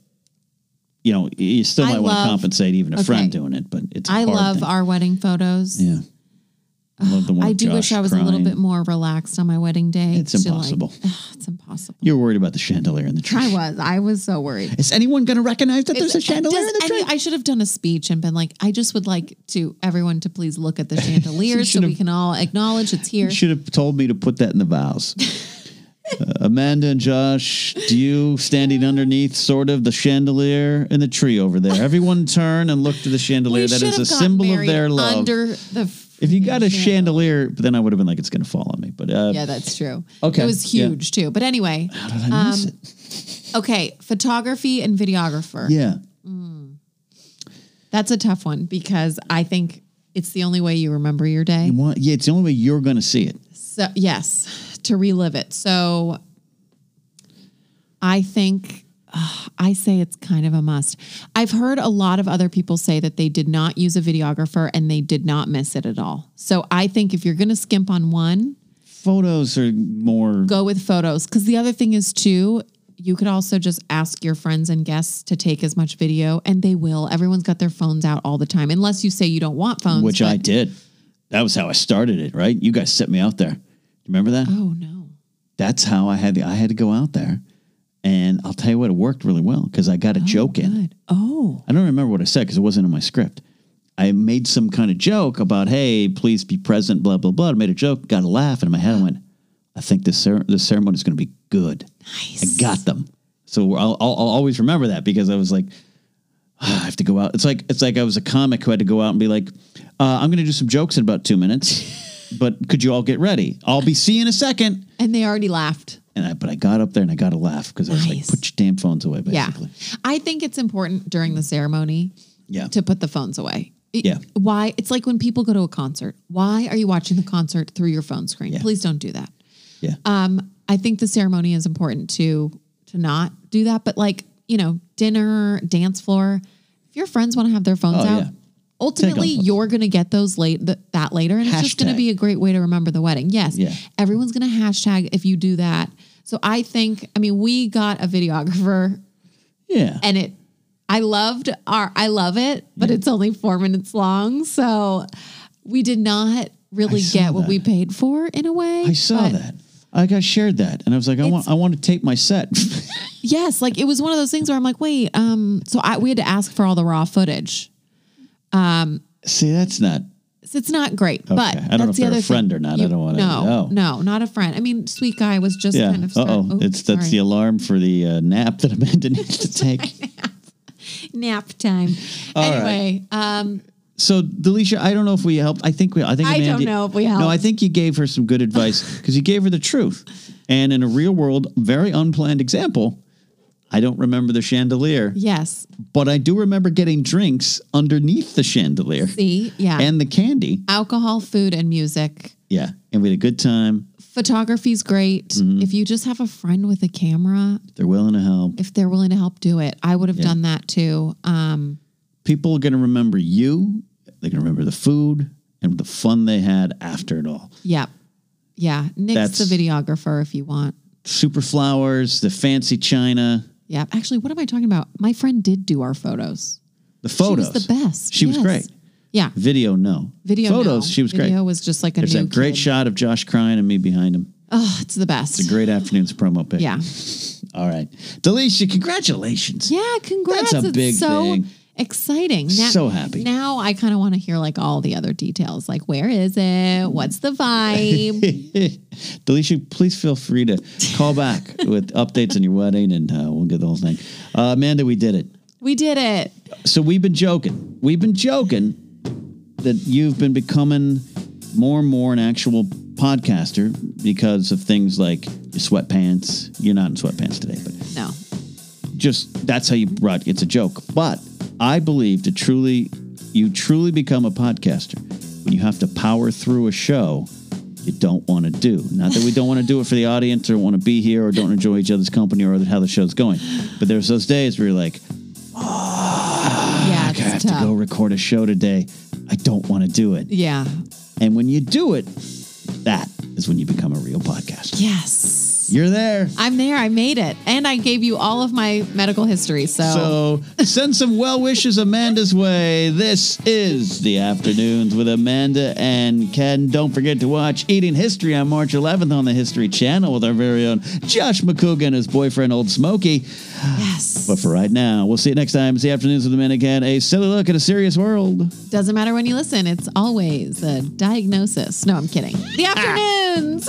S1: you know, y- you still
S2: I
S1: might want
S2: love-
S1: to compensate even a
S2: okay.
S1: friend doing it, but it's a
S2: I
S1: hard
S2: love
S1: thing.
S2: our wedding photos.
S1: yeah. I love the one.
S2: I
S1: with
S2: do wish
S1: Josh
S2: I was a little
S1: crying.
S2: bit more relaxed on my wedding day.
S1: It's
S2: to, like-
S1: impossible.
S2: it's impossible.
S1: You're worried about the chandelier and the tree.
S2: I was. I was so worried.
S1: Is anyone going to recognize that there's a chandelier
S2: Does
S1: in the
S2: any-
S1: tree?
S2: I should have done a speech and been like, I just would like to everyone to please look at the chandelier so
S1: should
S2: we
S1: have-
S2: can all acknowledge it's here.
S1: You should have told me to put that in the vows. Uh, Amanda and Josh, do you standing underneath sort of the chandelier and the tree over there? Everyone turn and look to the
S2: We
S1: chandelier. that
S2: should
S1: is a
S2: have gotten
S1: symbol of
S2: married
S1: their love.
S2: Under the
S1: if you got a
S2: freaking
S1: chandelier, but then I would have been like, it's going to fall on me. But uh,
S2: yeah, that's true.
S1: Okay,
S2: it was
S1: yeah.
S2: huge too. But anyway,
S1: how did I
S2: Um,
S1: miss it?
S2: okay, photography and videographer.
S1: Yeah.
S2: That's a tough one because I think it's the only way you remember your day.
S1: You want- yeah, it's the only way you're going to see it.
S2: So yes, to relive it. So I think ugh, I say it's kind of a must. I've heard a lot of other people say that they did not use a videographer and they did not miss it at all. So I think if you're going to skimp on one,
S1: Photos are more.
S2: go with photos cuz the other thing is too you could also just ask your friends and guests to take as much video and they will. Everyone's got their phones out all the time unless you say you don't want phones.
S1: Which I
S2: but-
S1: did. That was how I started it, right? You guys set me out there. Remember that?
S2: Oh no.
S1: That's how I had the, I had to go out there. And I'll tell you what, it worked really well because I got a joke in.
S2: Good. Oh.
S1: I don't remember what I said because it wasn't in my script. I made some kind of joke about, hey, please be present, blah, blah, blah. I made a joke, got a laugh, and in my head I went, I think this, cer- this ceremony is going to be good.
S2: Nice.
S1: I got them. So I'll, I'll, I'll always remember that because I was like, "Ah, I have to go out. It's like it's like I was a comic who had to go out and be like, uh, I'm going to do some jokes in about two minutes, but could you all get ready? I'll be see you in a second.
S2: And they already laughed.
S1: And I, but I got up there and I got a laugh because I was like,
S2: Nice.
S1: put your damn phones away, basically.
S2: Yeah. I think it's important during the ceremony
S1: Yeah.
S2: to put the phones away. It-
S1: Yeah.
S2: Why? It's like when people go to a concert. Why are you watching the concert through your phone screen?
S1: Yeah.
S2: Please don't do that.
S1: Yeah.
S2: Um, I think the ceremony is important to to not do that, but like, you know, dinner, dance floor, if your friends want to have their phones
S1: Oh,
S2: out,
S1: yeah.
S2: ultimately
S1: Take 'em.
S2: you're going to get those late th- that later and it's just going
S1: Hashtag.
S2: to be a great way to remember the wedding. Yes.
S1: Yeah.
S2: Everyone's going to hashtag if you do that. So I think I mean, we got a videographer
S1: yeah.
S2: and it I loved our I love it, but it's only four minutes long. So we did not really
S1: I saw
S2: get what
S1: that.
S2: we paid for in a way.
S1: I saw
S2: but
S1: that. I got shared that. And I was like, I want, I want to tape my set.
S2: Yes, like it was one of those things where I'm like, wait, um, so I we had to ask for all the raw footage.
S1: See, that's not.
S2: So it's not great, but
S1: I don't know
S2: that's
S1: if
S2: the
S1: they're a
S2: other
S1: friend
S2: thing.
S1: or not. I don't wanna
S2: No,
S1: know.
S2: no, not a friend. I mean, sweet guy was just
S1: Yeah.
S2: kind of.
S1: Uh oh.
S2: sorry.
S1: It's that's the
S2: sorry.
S1: alarm for the uh, nap that Amanda needs to take.
S2: nap time.
S1: All right.
S2: anyway, um,
S1: So, Delisha, I don't know if we helped. I think we. I think
S2: I
S1: Amanda,
S2: don't know if we helped.
S1: No, I think you gave her some good advice because you gave her the truth. And in a real world, very unplanned example, I don't remember the chandelier,
S2: yes.
S1: but I do remember getting drinks underneath the chandelier
S2: See, yeah.
S1: and the candy.
S2: alcohol, food, and music.
S1: Yeah, and we had a good time.
S2: Photography's great.
S1: Mm-hmm.
S2: If you just have a friend with a camera,
S1: They're willing to help.
S2: if they're willing to help do it, I would have done that too. Um,
S1: People are going to remember you. They're going to remember the food and the fun they had after it all.
S2: yeah, yeah. Nick's the
S1: That's-
S2: videographer if you want.
S1: Super flowers, the fancy china,
S2: Yeah. Actually, what am I talking about? My friend did do our photos.
S1: the photos.
S2: She was the best.
S1: She was
S2: Yes.
S1: great.
S2: Yeah.
S1: Video, no.
S2: Video.
S1: Photos,
S2: no.
S1: she was great.
S2: Video was just like a
S1: There's
S2: new
S1: that great
S2: kid.
S1: shot of Josh crying and me behind him.
S2: Oh, it's the best.
S1: It's a great afternoon's promo pic.
S2: yeah.
S1: All right. Delisha, congratulations.
S2: Yeah. Congrats.
S1: That's a
S2: it's
S1: big
S2: so
S1: thing.
S2: exciting.
S1: So happy.
S2: Now I kind of want to hear like all the other details. Like, where is it? What's the vibe?
S1: Delisha, please feel free to call back with updates on your wedding and uh, we'll get the whole thing. Uh, Amanda, we did it.
S2: we did it.
S1: So we've been joking. We've been joking that you've been becoming more and more an actual podcaster because of things like your sweatpants. You're not in sweatpants today, but
S2: No.
S1: just that's how you brought it's a joke but i believe to truly you truly become a podcaster when you have to power through a show you don't want to do not that we don't want to do it for the audience or want to be here or don't enjoy each other's company or how the show's going but there's those days where you're like
S2: Yeah.
S1: Ah, i have
S2: It's
S1: to go
S2: tough.
S1: record a show today i don't want to do it
S2: Yeah.
S1: and when you do it that is when you become a real podcaster
S2: Yes.
S1: you're there
S2: I'm there. I made it. And I gave you all of my medical history.
S1: So send some well wishes Amanda's way. This is the afternoons with Amanda and Ken. Don't forget to watch Eating History on March 11th on the History Channel with our very own Josh McCougan and his boyfriend Old Smokey.
S2: yes.
S1: But for right now, we'll see you next time. It's the afternoons with Amanda and Ken. A silly look at a serious world.
S2: Doesn't matter when you listen, it's Ah. always a diagnosis. No, I'm kidding. The afternoons.